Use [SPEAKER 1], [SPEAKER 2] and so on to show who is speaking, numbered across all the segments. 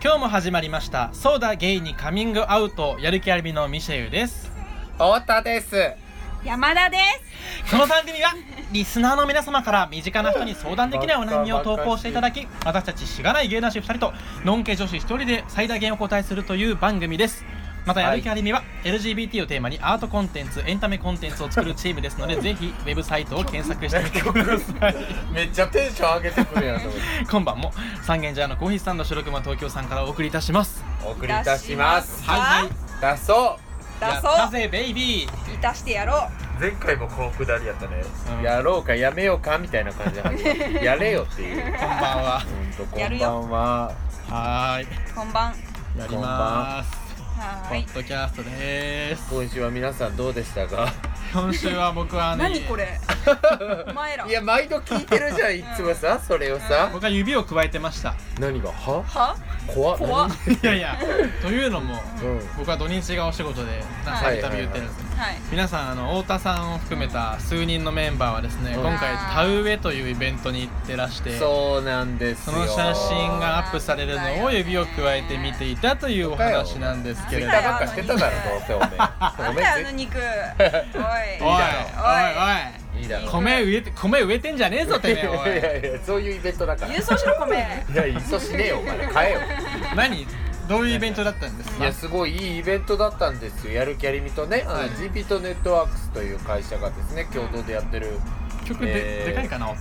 [SPEAKER 1] 日も始まりました「ソーダゲイにカミングアウト」やる気ありみのミシェウです
[SPEAKER 2] 太田です。
[SPEAKER 3] 山田です
[SPEAKER 1] この番組はリスナーの皆様から身近な人に相談できないお悩みを投稿していただき私たちしがない芸男子2人とのんけ女子1人で最大限お答えするという番組ですまたやる気ありみは LGBT をテーマにアートコンテンツエンタメコンテンツを作るチームですのでぜひウェブサイトを検索してみてください
[SPEAKER 2] めっちゃテンション上げてくるやんと思って。
[SPEAKER 1] 今晩も三軒茶屋のコーヒーさんの収録も東京さんからお送りいたします
[SPEAKER 2] お送りいたします。
[SPEAKER 3] はいはい
[SPEAKER 2] だそ
[SPEAKER 3] 出
[SPEAKER 1] やった
[SPEAKER 3] そう
[SPEAKER 1] ぜベイビー
[SPEAKER 3] いたしてやろう
[SPEAKER 4] 前回もこのくだりやったね
[SPEAKER 2] う、
[SPEAKER 1] うん
[SPEAKER 2] やろうかやめようかみたいな感じで始ま るやれよっていう。
[SPEAKER 1] こんばんは
[SPEAKER 2] うんとこ
[SPEAKER 3] やる
[SPEAKER 2] んば
[SPEAKER 3] よ
[SPEAKER 2] んは。
[SPEAKER 1] はーい
[SPEAKER 3] こんばん
[SPEAKER 1] やります
[SPEAKER 3] は
[SPEAKER 1] ポ
[SPEAKER 3] ーい
[SPEAKER 1] ッドキャストでーす
[SPEAKER 2] 今週は皆さんどうでしたか。
[SPEAKER 1] 今週は僕はね
[SPEAKER 3] 何 これお前ら
[SPEAKER 2] いや毎度聞いてるじゃんいつもさそれをさ。
[SPEAKER 1] 僕は指をくわえてました
[SPEAKER 2] 何がは
[SPEAKER 3] は
[SPEAKER 2] 怖っ
[SPEAKER 3] 怖っ
[SPEAKER 2] 何
[SPEAKER 1] いやいやというのも
[SPEAKER 2] うん
[SPEAKER 1] 僕は土日がお仕事でなんか
[SPEAKER 2] はい
[SPEAKER 1] インタビュー言ってるんですよ
[SPEAKER 3] はい
[SPEAKER 1] 皆さんあの太田さんを含めた数人のメンバーはですね
[SPEAKER 2] うん
[SPEAKER 1] 今回田植えというイベントに行ってらして
[SPEAKER 2] そうなんです
[SPEAKER 1] そ
[SPEAKER 2] よ。
[SPEAKER 1] の写真がアップされるのを指をくわえて見ていたというお話なんですけ
[SPEAKER 2] ツイ
[SPEAKER 1] れ
[SPEAKER 2] ッ
[SPEAKER 1] ども
[SPEAKER 2] ターばっかしてただろどうせおめ え。
[SPEAKER 3] な
[SPEAKER 2] お
[SPEAKER 3] ん
[SPEAKER 2] め
[SPEAKER 3] だよあ
[SPEAKER 2] え
[SPEAKER 3] の
[SPEAKER 2] ぜ
[SPEAKER 3] 肉おい
[SPEAKER 1] おいおいおい
[SPEAKER 2] いいだろう。
[SPEAKER 1] 米植えて米植えてんじゃねえぞてめえお
[SPEAKER 2] い
[SPEAKER 1] い
[SPEAKER 2] やいやいやそういうイベントだから。
[SPEAKER 3] 郵送しろ米
[SPEAKER 2] いや、いっそしねえよ、お前ら。買えよ。
[SPEAKER 1] 何どういうイベントだったんです
[SPEAKER 2] い
[SPEAKER 1] か
[SPEAKER 2] や、すごいいいイベントだったんですよ。やる気ありみとね、あの
[SPEAKER 1] はい
[SPEAKER 2] GP とネットワークスという会社がですね、共同でやってる。
[SPEAKER 1] 曲で
[SPEAKER 2] えー
[SPEAKER 1] でかいかな音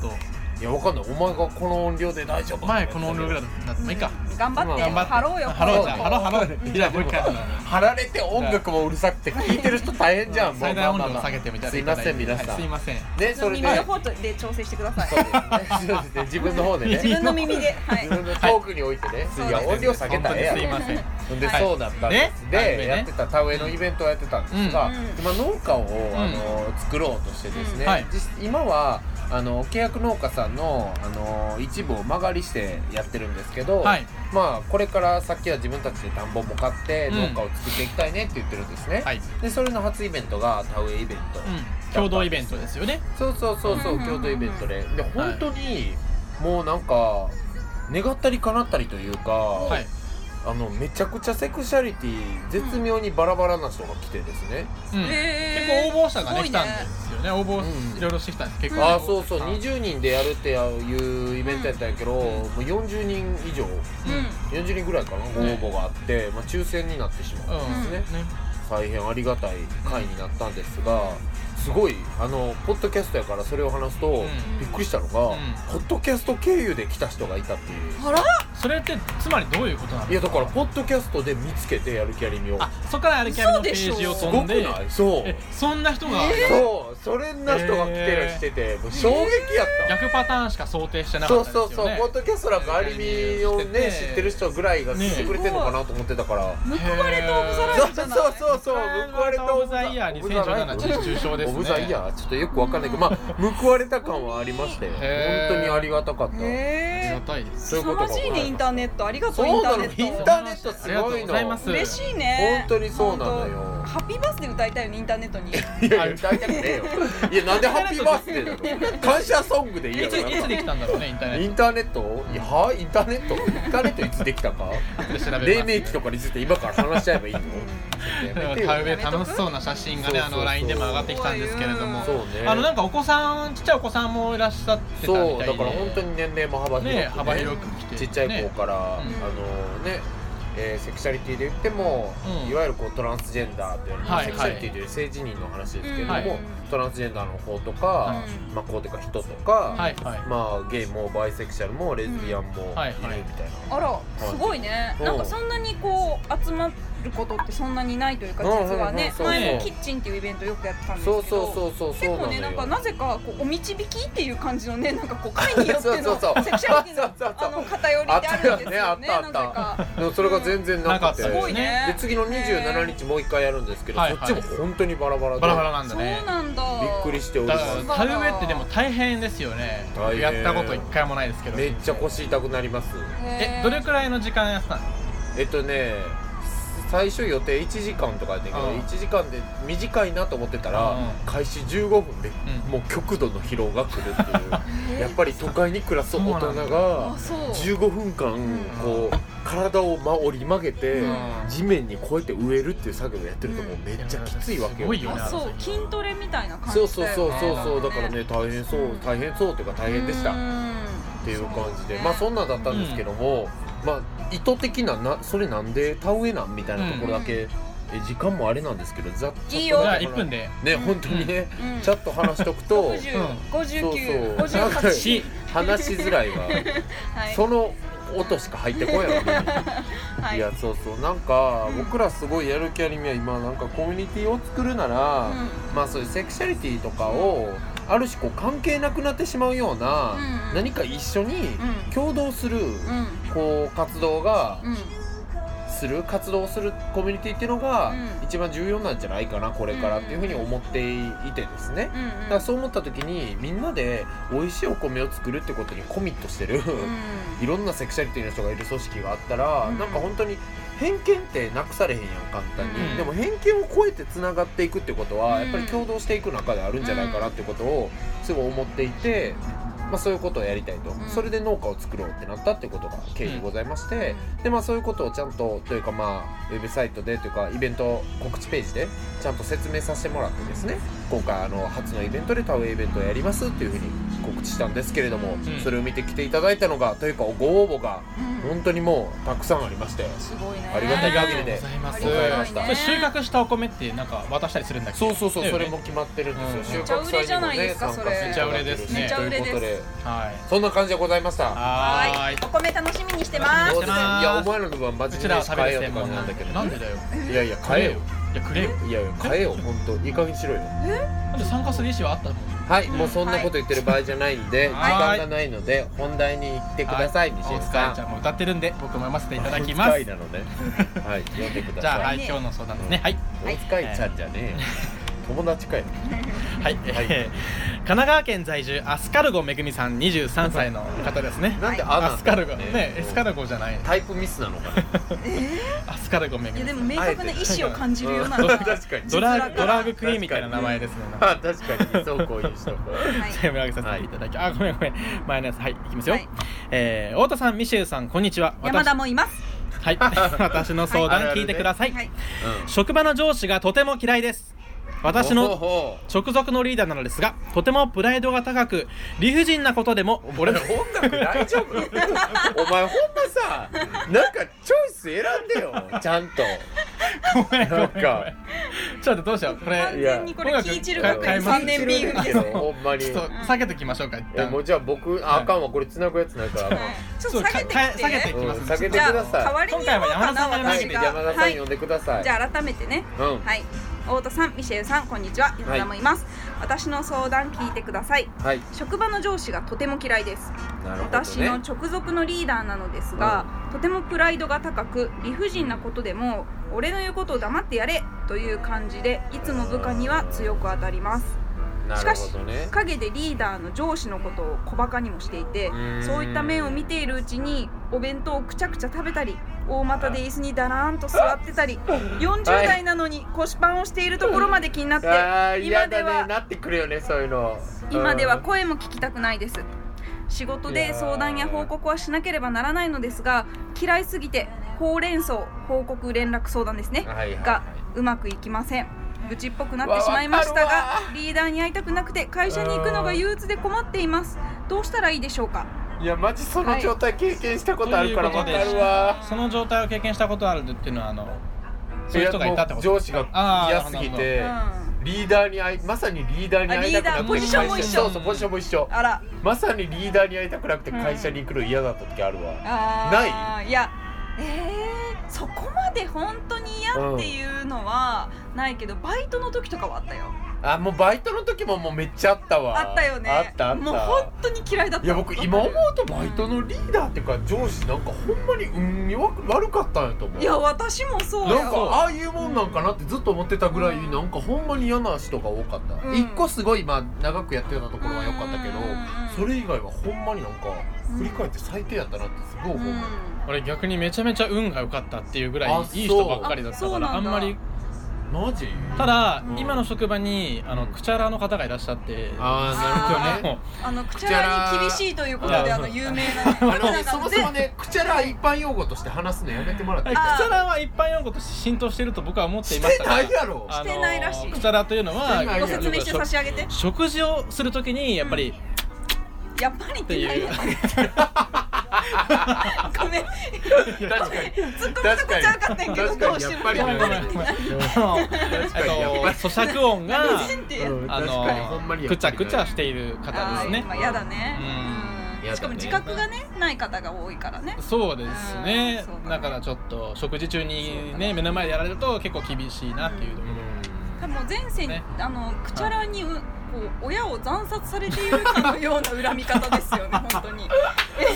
[SPEAKER 2] いや、わかんない。お前がこの音量で大丈夫
[SPEAKER 1] 前この音量ぐらい
[SPEAKER 2] い。
[SPEAKER 1] だったまあいいか
[SPEAKER 3] 頑張って
[SPEAKER 2] 頑張って
[SPEAKER 3] ハローよ
[SPEAKER 1] ハローじゃん
[SPEAKER 3] こ
[SPEAKER 1] ハ
[SPEAKER 3] の
[SPEAKER 1] ロ
[SPEAKER 3] 子
[SPEAKER 1] ーハロ ーいやもう一回
[SPEAKER 2] 貼られて音楽もうるさくて聞いてる人大変じゃん。もう
[SPEAKER 1] 最大音
[SPEAKER 2] まあ
[SPEAKER 1] 量
[SPEAKER 2] まあまあ
[SPEAKER 1] 下げてみたい
[SPEAKER 2] す
[SPEAKER 1] ない
[SPEAKER 2] ません、
[SPEAKER 1] だ
[SPEAKER 2] 皆
[SPEAKER 1] て
[SPEAKER 2] さ
[SPEAKER 1] は
[SPEAKER 2] ん。
[SPEAKER 1] いすい
[SPEAKER 2] ね、
[SPEAKER 1] ません
[SPEAKER 2] それ
[SPEAKER 3] 耳
[SPEAKER 2] で。
[SPEAKER 3] の方で調整してください
[SPEAKER 2] そうですねそうですね。自分の方で
[SPEAKER 3] 自
[SPEAKER 2] ね。
[SPEAKER 3] 分の耳 では
[SPEAKER 2] 自
[SPEAKER 3] い
[SPEAKER 2] 分のトークにおいてね。いや、音量下げたらええや
[SPEAKER 1] 本当に
[SPEAKER 2] ろ
[SPEAKER 1] すいません
[SPEAKER 2] で、
[SPEAKER 3] はい
[SPEAKER 2] そうだったんです、
[SPEAKER 1] ねアニメ
[SPEAKER 2] で、
[SPEAKER 1] ね
[SPEAKER 2] やってた田植えのイベントをやってたんですが、
[SPEAKER 1] うん
[SPEAKER 2] 今農家を、あの作ろうとしてですね、
[SPEAKER 1] うんはい
[SPEAKER 2] 実今はあの契約農家さんのあの一部を間借りしてやってるんですけど、
[SPEAKER 1] はい
[SPEAKER 2] まあこれから先は自分たちで田んぼも買って
[SPEAKER 1] うん
[SPEAKER 2] 農家を作っていきたいねって言ってるんですね、
[SPEAKER 1] はい
[SPEAKER 2] でそれの初イベントが田植えイベント、
[SPEAKER 1] うん共同イベントですよね
[SPEAKER 2] そうそうそうそう
[SPEAKER 3] うん
[SPEAKER 2] 共同イベントでで
[SPEAKER 1] はい
[SPEAKER 2] 本当にもうなんか願ったり叶ったりというか、
[SPEAKER 1] はい
[SPEAKER 2] あのめちゃくちゃセクシャリティ絶妙にバラバラな人が来てですね、
[SPEAKER 1] うん結
[SPEAKER 3] えー
[SPEAKER 1] 構応募者がね
[SPEAKER 3] すごい
[SPEAKER 1] 来たんですよね応
[SPEAKER 2] う
[SPEAKER 1] 募
[SPEAKER 2] ん
[SPEAKER 1] いろいろしてきたんです結構
[SPEAKER 2] ああそうそう
[SPEAKER 1] 20
[SPEAKER 2] 20人でやるっていうイベントやったんやけど、もう40人以上40人ぐらいかなご応募があって、まあ、抽選になってしまうんですね、大変ありがたい回になったんですがすごいあのポッドキャストやからそれを話すと、びっくりしたのが、
[SPEAKER 1] ん
[SPEAKER 2] ポッドキャスト経由で来た人がいたっていう
[SPEAKER 3] ハロー
[SPEAKER 1] それってつまりどういうことなの
[SPEAKER 2] いやだからポッドキャストで見つけてやる気ありみを
[SPEAKER 1] あそこからやる気ありのページを
[SPEAKER 3] 嘘でし
[SPEAKER 2] す
[SPEAKER 1] 飛
[SPEAKER 3] ょ
[SPEAKER 2] ご
[SPEAKER 1] ん
[SPEAKER 2] く
[SPEAKER 1] で
[SPEAKER 2] ないそう
[SPEAKER 1] えそんな人が
[SPEAKER 2] そうそれんな人が来てらしてて、もう衝撃やった、
[SPEAKER 1] 逆パターンしか想定してなか
[SPEAKER 2] そ
[SPEAKER 1] っ
[SPEAKER 2] う
[SPEAKER 1] たん
[SPEAKER 2] そう
[SPEAKER 1] です
[SPEAKER 2] そ
[SPEAKER 1] よ
[SPEAKER 2] う、
[SPEAKER 1] ね
[SPEAKER 2] ポッドキャストなんかアニメを
[SPEAKER 1] ね
[SPEAKER 2] ね知ってる人ぐらいが聞いてくれてるのかなと思ってたから、
[SPEAKER 3] 報われとオブザライ
[SPEAKER 2] そう
[SPEAKER 3] フじ
[SPEAKER 2] そ
[SPEAKER 3] ゃ
[SPEAKER 2] う
[SPEAKER 3] ない
[SPEAKER 2] そうそう報われた
[SPEAKER 1] オブザイヤー2017知事受賞ですね
[SPEAKER 2] オブザイヤーちょっとよくわかんないけどまあ報われた感はありましたよ本
[SPEAKER 1] へー
[SPEAKER 2] 当にありがたかった、
[SPEAKER 1] あり
[SPEAKER 3] へ
[SPEAKER 1] がたいです
[SPEAKER 2] そう
[SPEAKER 3] ー
[SPEAKER 2] い
[SPEAKER 3] 素
[SPEAKER 2] うことが
[SPEAKER 3] 晴らしいねインターネットありがとうイ
[SPEAKER 2] そ
[SPEAKER 3] ン
[SPEAKER 2] う
[SPEAKER 3] タ
[SPEAKER 2] なの
[SPEAKER 3] ーネ
[SPEAKER 2] イン
[SPEAKER 3] ッ
[SPEAKER 2] タ
[SPEAKER 3] ト
[SPEAKER 2] ーネットすご
[SPEAKER 1] ありがと
[SPEAKER 2] い
[SPEAKER 1] ご
[SPEAKER 2] うの
[SPEAKER 1] ざいます
[SPEAKER 3] 嬉しいね
[SPEAKER 2] 本当にそうなのよ
[SPEAKER 3] 本当ハッピーバースデー歌いたいよねインターネットに
[SPEAKER 2] いやいや歌いたくねえよいやなんでハッピーバースデーなの感謝ソングでいい
[SPEAKER 1] い
[SPEAKER 2] や
[SPEAKER 1] ついつできたんだろうねインターネ
[SPEAKER 2] イ
[SPEAKER 1] ッ
[SPEAKER 2] ンターネットいやはいインターネットインターネットいつできたか
[SPEAKER 1] トで調べます
[SPEAKER 2] 黎明期とかについて今から話しちゃえばいいのやめてよ
[SPEAKER 1] 田植え楽しそうな写真がねあの LINE でも上がってきたんですけれども
[SPEAKER 2] そうね
[SPEAKER 1] あのなんかお子さんちっちゃいお子さんもいらっしゃってたみたい
[SPEAKER 2] そう
[SPEAKER 1] で
[SPEAKER 2] だから本当に年齢も幅広くね
[SPEAKER 1] ね幅広く来て
[SPEAKER 2] ちっちゃい子から、
[SPEAKER 1] ね
[SPEAKER 2] あのね、えーセクシャリティで言っても、
[SPEAKER 1] うん
[SPEAKER 2] いわゆるこうトランスジェンダーっていうの
[SPEAKER 1] はい
[SPEAKER 2] セクシャリティという性自認の話ですけれども、
[SPEAKER 1] はい
[SPEAKER 2] トランスジェンダーの子とか、
[SPEAKER 1] は
[SPEAKER 2] まあ子とか人とか、
[SPEAKER 1] はいはい
[SPEAKER 2] まあゲイもバイセクシャルもレズビアンもいる
[SPEAKER 1] は
[SPEAKER 2] みた
[SPEAKER 1] い
[SPEAKER 2] いな、
[SPEAKER 1] はい
[SPEAKER 3] あらすごいね
[SPEAKER 2] うん
[SPEAKER 3] なんかそんなにこう集まることってそんなにないというか
[SPEAKER 2] うんうんうん
[SPEAKER 3] 実はね
[SPEAKER 2] そうそう
[SPEAKER 3] 前もキッチンっていうイベントよくやってたんです
[SPEAKER 2] そう
[SPEAKER 3] け
[SPEAKER 2] そう
[SPEAKER 3] ど
[SPEAKER 2] そうそうそう
[SPEAKER 3] 結構ねなんかなぜかこうお導きっていう感じのねなんかこう会によっての
[SPEAKER 2] そうそうそう
[SPEAKER 3] セクシャリティ
[SPEAKER 2] そうそうそう
[SPEAKER 3] のあの偏りってあるんです
[SPEAKER 2] あ
[SPEAKER 3] よ
[SPEAKER 2] っ
[SPEAKER 3] ね
[SPEAKER 2] たよねあ
[SPEAKER 3] な
[SPEAKER 2] っ
[SPEAKER 3] ぜ
[SPEAKER 2] たあった
[SPEAKER 3] か
[SPEAKER 2] でもそれが全然な
[SPEAKER 1] な
[SPEAKER 2] か
[SPEAKER 1] か
[SPEAKER 2] っ
[SPEAKER 1] ったた
[SPEAKER 2] よ
[SPEAKER 3] す
[SPEAKER 1] で
[SPEAKER 3] ご
[SPEAKER 1] す
[SPEAKER 3] い
[SPEAKER 2] で
[SPEAKER 3] ね
[SPEAKER 2] 次の27日もう一回やるんですけど、
[SPEAKER 1] はいはい
[SPEAKER 2] そっちも本当にバラバラで
[SPEAKER 1] バラバラなんだ
[SPEAKER 3] そう
[SPEAKER 1] ね
[SPEAKER 3] なんだ
[SPEAKER 2] びっくりしており
[SPEAKER 1] だか
[SPEAKER 2] ます
[SPEAKER 1] ら田植えってでも大変ですよね
[SPEAKER 2] 大変
[SPEAKER 1] やったこと一回もないですけど
[SPEAKER 2] めっちゃ腰痛くなります
[SPEAKER 3] へー
[SPEAKER 1] えどれくらいの時間やってたの
[SPEAKER 2] えっとね最初予定1時間とかやったけど
[SPEAKER 1] うん
[SPEAKER 2] 1時間で短いなと思ってたら
[SPEAKER 1] うん
[SPEAKER 2] 開始15分で
[SPEAKER 1] うん
[SPEAKER 2] もう極度の疲労が来 るっていうやっぱり都会に暮らす大
[SPEAKER 1] そうな
[SPEAKER 2] 人
[SPEAKER 1] ん
[SPEAKER 2] が
[SPEAKER 3] あそう
[SPEAKER 2] 15分間こう体をま折り曲げて
[SPEAKER 1] うん
[SPEAKER 2] 地面にこうやって植えるっていう作業をやってるともうめっちゃきついわけ
[SPEAKER 1] す
[SPEAKER 2] よ
[SPEAKER 1] ごいよね
[SPEAKER 3] あそう筋トレみたいな感じだ
[SPEAKER 2] そ
[SPEAKER 3] よ
[SPEAKER 2] うそうそうそうそうだから
[SPEAKER 3] ね
[SPEAKER 2] ね大変そう
[SPEAKER 3] うん
[SPEAKER 2] 大変そうっていうか大変でしたっていう感じでまあそんなんだったんですけども、まあ意図的ななそれなんで田植えなんみたいなところだけ、え時間もあれなんですけどざっと
[SPEAKER 3] いい
[SPEAKER 1] じ
[SPEAKER 3] よ
[SPEAKER 1] ゃあ1分で
[SPEAKER 2] ね本当にね、
[SPEAKER 3] うん
[SPEAKER 2] ちょっと話しとく と
[SPEAKER 3] 六十、五十
[SPEAKER 2] そう
[SPEAKER 3] 九、
[SPEAKER 2] そう
[SPEAKER 3] 五十八、
[SPEAKER 1] し
[SPEAKER 2] 話しづらいわ
[SPEAKER 3] はい、
[SPEAKER 2] その音しか入ってこないのに、、
[SPEAKER 3] はいい、
[SPEAKER 2] やそうそうなんか
[SPEAKER 3] うん
[SPEAKER 2] 僕らすごいやる気ありみは今なんかコミュニティを作るな
[SPEAKER 3] う
[SPEAKER 2] ら、
[SPEAKER 3] ん、
[SPEAKER 2] まあそういうセクシャリティとかをある種こう関係なくなってしまうような、
[SPEAKER 3] うん
[SPEAKER 2] 何か一緒に
[SPEAKER 3] うん
[SPEAKER 2] 共同する、
[SPEAKER 3] うん、
[SPEAKER 2] こう活動が
[SPEAKER 3] うん、
[SPEAKER 2] する活動するコミュニティっていうのが
[SPEAKER 3] うん
[SPEAKER 2] 一番重要なんじゃないかなこれからっていうふうに思っていてですね
[SPEAKER 3] う。ん、
[SPEAKER 2] だからそう思った時にみんなで美味しいお米を作るってことにコミットしてる、
[SPEAKER 3] う
[SPEAKER 2] いろんなセクシャリティの人がいる組織があったら、
[SPEAKER 3] うん
[SPEAKER 2] なんか本当に偏見ってなくされへんやん簡単に、
[SPEAKER 1] うん
[SPEAKER 2] でも偏見を超えてつながっていくってことは、
[SPEAKER 3] うん
[SPEAKER 2] やっぱり共同していく中であるんじゃないかなってことをすごい思っていて、まあ、そういうことをやりたいと、
[SPEAKER 3] ん
[SPEAKER 2] それで農家を作ろうってなったってことが経緯でございまして、でまあ、そういうことをちゃんとというかまあウェブサイトでというかイベント告知ページでちゃんと説明させてもらってですね今回あの初のイベントで田植えイベントをやりますっていうふうに告知したんですけれども、
[SPEAKER 1] うん
[SPEAKER 2] それを見て来ていただいたのがというかご応募が
[SPEAKER 3] ん、うん、
[SPEAKER 2] 本当にもうたくさんありまして
[SPEAKER 3] すごいね。
[SPEAKER 2] ありが
[SPEAKER 1] あ
[SPEAKER 2] た
[SPEAKER 1] り
[SPEAKER 2] い
[SPEAKER 1] がと
[SPEAKER 2] 限り
[SPEAKER 1] うご
[SPEAKER 2] で
[SPEAKER 1] ざいま
[SPEAKER 3] あ
[SPEAKER 1] す
[SPEAKER 3] り
[SPEAKER 1] そ
[SPEAKER 3] が
[SPEAKER 2] わかりま
[SPEAKER 3] たい
[SPEAKER 2] した
[SPEAKER 3] ね。
[SPEAKER 1] れ収穫したお米ってなんか渡したりするんだっけ
[SPEAKER 2] そうそうそう、
[SPEAKER 1] だよ
[SPEAKER 2] そ
[SPEAKER 1] ね
[SPEAKER 2] れも決まってるんですよ、
[SPEAKER 1] うん
[SPEAKER 2] 収穫祭にも
[SPEAKER 3] めっちゃ売れじゃないですかそれ
[SPEAKER 2] 参加していただけるし
[SPEAKER 1] めっち
[SPEAKER 3] ゃ売れです
[SPEAKER 2] とい
[SPEAKER 3] ね
[SPEAKER 2] うことで
[SPEAKER 1] はい
[SPEAKER 2] そんな感じでございました
[SPEAKER 1] は
[SPEAKER 3] は
[SPEAKER 1] ー
[SPEAKER 3] い
[SPEAKER 1] い、
[SPEAKER 3] お米楽しみにしてます
[SPEAKER 2] ど
[SPEAKER 1] お米楽しみにして
[SPEAKER 2] う。です
[SPEAKER 1] ます
[SPEAKER 2] いやお前らの分マ
[SPEAKER 1] こ
[SPEAKER 2] ジ
[SPEAKER 1] ち
[SPEAKER 2] で
[SPEAKER 1] らは
[SPEAKER 2] 飯
[SPEAKER 1] 食べ
[SPEAKER 2] 買えよ
[SPEAKER 1] る
[SPEAKER 2] って
[SPEAKER 1] 専
[SPEAKER 2] 感
[SPEAKER 1] 門
[SPEAKER 2] じ
[SPEAKER 1] な
[SPEAKER 2] なんん
[SPEAKER 1] だ
[SPEAKER 2] だ
[SPEAKER 1] け
[SPEAKER 2] け
[SPEAKER 1] ど
[SPEAKER 2] ど
[SPEAKER 1] なんでだよ
[SPEAKER 2] いやいや買えよ
[SPEAKER 1] いやくれよ
[SPEAKER 2] いやいや買えよ本当いい加減にしろよ
[SPEAKER 1] なんで参加する意思はあったの
[SPEAKER 2] はい、もうそんなこと言ってる場合じゃないんで、時
[SPEAKER 1] はい
[SPEAKER 2] 間がないので本題に行ってください、西
[SPEAKER 1] お
[SPEAKER 2] 江
[SPEAKER 1] 疲
[SPEAKER 2] さ
[SPEAKER 1] れ
[SPEAKER 2] ん
[SPEAKER 1] ちゃんも歌ってるんで僕も読ませていただきます
[SPEAKER 2] お使いなのねはい、読んでくだ
[SPEAKER 1] じゃあ、
[SPEAKER 2] さ
[SPEAKER 1] はいい、今日の相談ですね。はい。
[SPEAKER 2] お使いちゃんじゃねえよ友達かよ
[SPEAKER 1] はい。えー 神奈川県在住、アスカルゴめぐみさん、23歳の方ですね。
[SPEAKER 2] なんであな
[SPEAKER 1] ア
[SPEAKER 2] ん
[SPEAKER 1] スカルゴ。
[SPEAKER 2] だろう
[SPEAKER 1] ね、エスカルゴじゃない。
[SPEAKER 2] タイプミスなの かな
[SPEAKER 1] アスカルゴめぐ
[SPEAKER 3] い
[SPEAKER 1] み
[SPEAKER 3] やで
[SPEAKER 1] さ
[SPEAKER 3] も
[SPEAKER 1] ん。
[SPEAKER 3] 明確な意志を感じるような。
[SPEAKER 2] うん
[SPEAKER 3] は
[SPEAKER 2] 確かに
[SPEAKER 1] ドラドラァグクイーン
[SPEAKER 2] 確かに
[SPEAKER 1] みたいな名前ですね。なんか
[SPEAKER 2] あ確かにそうこういう人
[SPEAKER 3] い
[SPEAKER 1] じゃあ村上さんさせていただき、あ、ごめんごめん。前のやつ、はい、いきますよ。
[SPEAKER 3] はい
[SPEAKER 1] えー、太田さん、ミシェルさん、こんにちは。
[SPEAKER 3] 山田もいます。
[SPEAKER 1] 私 はい。私の相談聞いてください。
[SPEAKER 3] はい。
[SPEAKER 1] 職場の上司がとても嫌いです。私の
[SPEAKER 2] の
[SPEAKER 1] 直属のリーダーなのですがとてもプライドが高く理不尽なことでも
[SPEAKER 2] お前
[SPEAKER 1] 俺
[SPEAKER 2] 音
[SPEAKER 1] の
[SPEAKER 2] 楽 大丈夫お前ほんまさなんかチョイス選んでよちゃんと
[SPEAKER 1] ごめんごめん
[SPEAKER 2] なんか
[SPEAKER 1] ちょっとどうしようこ
[SPEAKER 3] 完
[SPEAKER 2] い
[SPEAKER 1] れ
[SPEAKER 2] や
[SPEAKER 3] 全にこれ聞いてる学
[SPEAKER 1] 変え
[SPEAKER 3] 園
[SPEAKER 1] ます
[SPEAKER 3] 三年 B 組です。
[SPEAKER 2] ほんまに
[SPEAKER 1] ちょっと下げてきましょうか一
[SPEAKER 2] え
[SPEAKER 1] 旦
[SPEAKER 2] もうじゃあ僕ああかんわこれ繋ぐやつないからあかん
[SPEAKER 3] は
[SPEAKER 2] わ
[SPEAKER 3] いちょっと下げて
[SPEAKER 1] か
[SPEAKER 3] き
[SPEAKER 1] え
[SPEAKER 3] て。
[SPEAKER 1] 下げていきます
[SPEAKER 2] うん下げて
[SPEAKER 3] じゃあ
[SPEAKER 2] ください
[SPEAKER 3] 代わりに読もうかな
[SPEAKER 1] 今回は山田さんが読
[SPEAKER 2] は
[SPEAKER 3] 私
[SPEAKER 2] い、
[SPEAKER 1] んで
[SPEAKER 3] が。
[SPEAKER 2] 山田さん呼んでください。
[SPEAKER 3] じゃあ改めてね。
[SPEAKER 2] うん、
[SPEAKER 3] はい。太田さん、ミシェルさん、こんにちは。山田もいます。私の相談聞いてください。
[SPEAKER 2] はい、
[SPEAKER 3] 職場の上司がとても嫌いです。
[SPEAKER 2] なるほど
[SPEAKER 3] 私の
[SPEAKER 2] ね。
[SPEAKER 3] 直属のリーダーなのですが、とてもプライドが高く理不尽なことでも俺の言うことを黙ってやれという感じでいつも部下には強く当たります
[SPEAKER 2] なるほどね。
[SPEAKER 3] 陰でリーダーの上司のことを小バカにもしていて
[SPEAKER 2] ーん
[SPEAKER 3] そういった面を見ているうちにお弁当をくちゃくちゃ食べたり大股で椅子にだらーんと座って たり40代なのに腰パンをしているところまで気になっ
[SPEAKER 2] ああー
[SPEAKER 3] て今
[SPEAKER 2] 嫌
[SPEAKER 3] で
[SPEAKER 2] だ
[SPEAKER 3] は
[SPEAKER 2] ねなってくるよねそういうの。
[SPEAKER 3] 今では
[SPEAKER 2] うん
[SPEAKER 3] 声も聞きたくないです仕事
[SPEAKER 2] い
[SPEAKER 3] で
[SPEAKER 2] やー
[SPEAKER 3] 相談や報告はしなければならないのですが嫌いすぎてほうれん草報告連絡相談ですね
[SPEAKER 2] はいはいはい
[SPEAKER 3] がうまくいきません愚痴っぽくなってしまいました
[SPEAKER 2] わわ
[SPEAKER 3] がリーダーに会いたくなくて会社に行くのが憂鬱で困っていますどうしたらいいでしょうか
[SPEAKER 2] いやマジその状態経験したことあるから
[SPEAKER 1] はい
[SPEAKER 2] わ
[SPEAKER 1] とい
[SPEAKER 2] か
[SPEAKER 1] うことで
[SPEAKER 2] るわ。
[SPEAKER 1] その状態を経験したことあるっていうのはあのそういう人がいたってこと
[SPEAKER 2] やもう上司が嫌すぎ
[SPEAKER 3] う
[SPEAKER 2] て
[SPEAKER 3] ん。あ
[SPEAKER 2] リーダーに会いまさにリーダーに会いたくな
[SPEAKER 3] あリーダー
[SPEAKER 2] くて
[SPEAKER 3] ポジションも一緒
[SPEAKER 2] 会社にそうそうポジションも一緒
[SPEAKER 3] ら
[SPEAKER 2] まさにリーダーに会いたくなくて
[SPEAKER 3] うん
[SPEAKER 2] 会社に来る嫌だった時あるわ、
[SPEAKER 3] あーいやえー、そこまで本当に嫌っていうのはないけどバイトの時とかはあったよ
[SPEAKER 2] あもうバイトの時ももうめっちゃあったわ
[SPEAKER 3] あったよね
[SPEAKER 2] あったあった
[SPEAKER 3] もう本当に嫌いだった
[SPEAKER 2] いや僕今思うとバイトのリーダーっていうか上司なんかほんまに運弱く悪かったんやと思う
[SPEAKER 3] いや私もそう
[SPEAKER 2] なんか
[SPEAKER 3] よ
[SPEAKER 2] ああいうもんなんかなってずっと思ってたぐらいなんかほんまに嫌な人が多かった、
[SPEAKER 3] うん
[SPEAKER 2] 一個すごいまあ長くやってたところは良かったけど、
[SPEAKER 3] うん
[SPEAKER 2] それ以外はほんまになんか振り返って最低やったなってすごい思
[SPEAKER 3] う
[SPEAKER 2] う、
[SPEAKER 3] ん
[SPEAKER 1] 俺逆にめちゃめちゃ運が良かったっていうぐら
[SPEAKER 2] あ
[SPEAKER 1] いいい人ばっかりだった
[SPEAKER 3] そう
[SPEAKER 1] からあ
[SPEAKER 3] あそうんなんだ
[SPEAKER 1] まり
[SPEAKER 2] マジ
[SPEAKER 1] ただ、
[SPEAKER 2] うん
[SPEAKER 1] 今の職場にあのクチャラの方がいらっしゃって
[SPEAKER 2] あーなるほどね
[SPEAKER 1] も
[SPEAKER 3] あのクチャラに厳しいということ
[SPEAKER 1] い
[SPEAKER 3] で
[SPEAKER 1] や
[SPEAKER 3] あの有名な
[SPEAKER 2] あ
[SPEAKER 3] ね
[SPEAKER 2] のねそもそもねクチャラ一般用語として話すのやめてもらっ
[SPEAKER 1] うク
[SPEAKER 2] てい
[SPEAKER 1] チ
[SPEAKER 2] いか
[SPEAKER 1] ャラは一般用語として浸透してると僕は思っていま
[SPEAKER 2] し
[SPEAKER 1] してた
[SPEAKER 2] ないやろ
[SPEAKER 1] あの
[SPEAKER 3] してないらしい
[SPEAKER 1] クチャラというの
[SPEAKER 2] してな
[SPEAKER 1] は
[SPEAKER 2] でい
[SPEAKER 3] ご説明して差し上げて
[SPEAKER 1] 食事をするときにやっぱり、
[SPEAKER 3] やっぱりってないよね ごめん
[SPEAKER 2] 確かに
[SPEAKER 3] 突っ込みとこちゃうかったんやけど
[SPEAKER 2] 確か
[SPEAKER 3] どう
[SPEAKER 2] に
[SPEAKER 3] して
[SPEAKER 2] やっ
[SPEAKER 3] も
[SPEAKER 2] ぱり
[SPEAKER 1] ごめんごめんごめん あの
[SPEAKER 2] 確かにやっ
[SPEAKER 1] え
[SPEAKER 2] ぱ
[SPEAKER 1] っと咀嚼音が
[SPEAKER 3] 全ってや
[SPEAKER 2] うん
[SPEAKER 1] あ
[SPEAKER 2] 確かにほ
[SPEAKER 1] の
[SPEAKER 2] んまにやっぱりね
[SPEAKER 1] くちゃくちゃしている方ですね
[SPEAKER 3] あーまあやだね
[SPEAKER 1] うん
[SPEAKER 3] うん
[SPEAKER 2] やだね
[SPEAKER 3] しかも自覚がねない方が多いからね
[SPEAKER 1] そうです
[SPEAKER 3] あ
[SPEAKER 1] ね
[SPEAKER 3] ーそうだね
[SPEAKER 1] だからちょっと食事中
[SPEAKER 3] そう
[SPEAKER 1] に
[SPEAKER 3] だ
[SPEAKER 1] ね
[SPEAKER 3] ね
[SPEAKER 1] 目の前でやられると結構厳しいなっていうところ
[SPEAKER 3] 多分もう前世に、
[SPEAKER 1] ね
[SPEAKER 3] あのクチャラにうこう親を惨殺されているかのような恨み方です よね本当に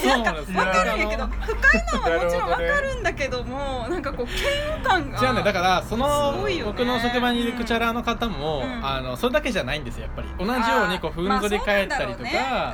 [SPEAKER 3] えなん
[SPEAKER 1] そうな
[SPEAKER 3] か
[SPEAKER 1] んです
[SPEAKER 3] 分
[SPEAKER 1] ね
[SPEAKER 3] かるんやけど
[SPEAKER 1] あの
[SPEAKER 3] 不快なのはもちろん
[SPEAKER 2] なるほど
[SPEAKER 3] 分
[SPEAKER 2] ね
[SPEAKER 3] かるんだけどもなんかこう嫌悪感が
[SPEAKER 1] じゃあねだからその
[SPEAKER 3] すごいよね
[SPEAKER 1] 僕の職場にいるクチャラーの方も、
[SPEAKER 3] うん
[SPEAKER 1] あのそれだけじゃないんですよやっぱり同じようにこう
[SPEAKER 3] あー
[SPEAKER 1] ふんぞり返ったりと
[SPEAKER 3] まあ
[SPEAKER 1] か、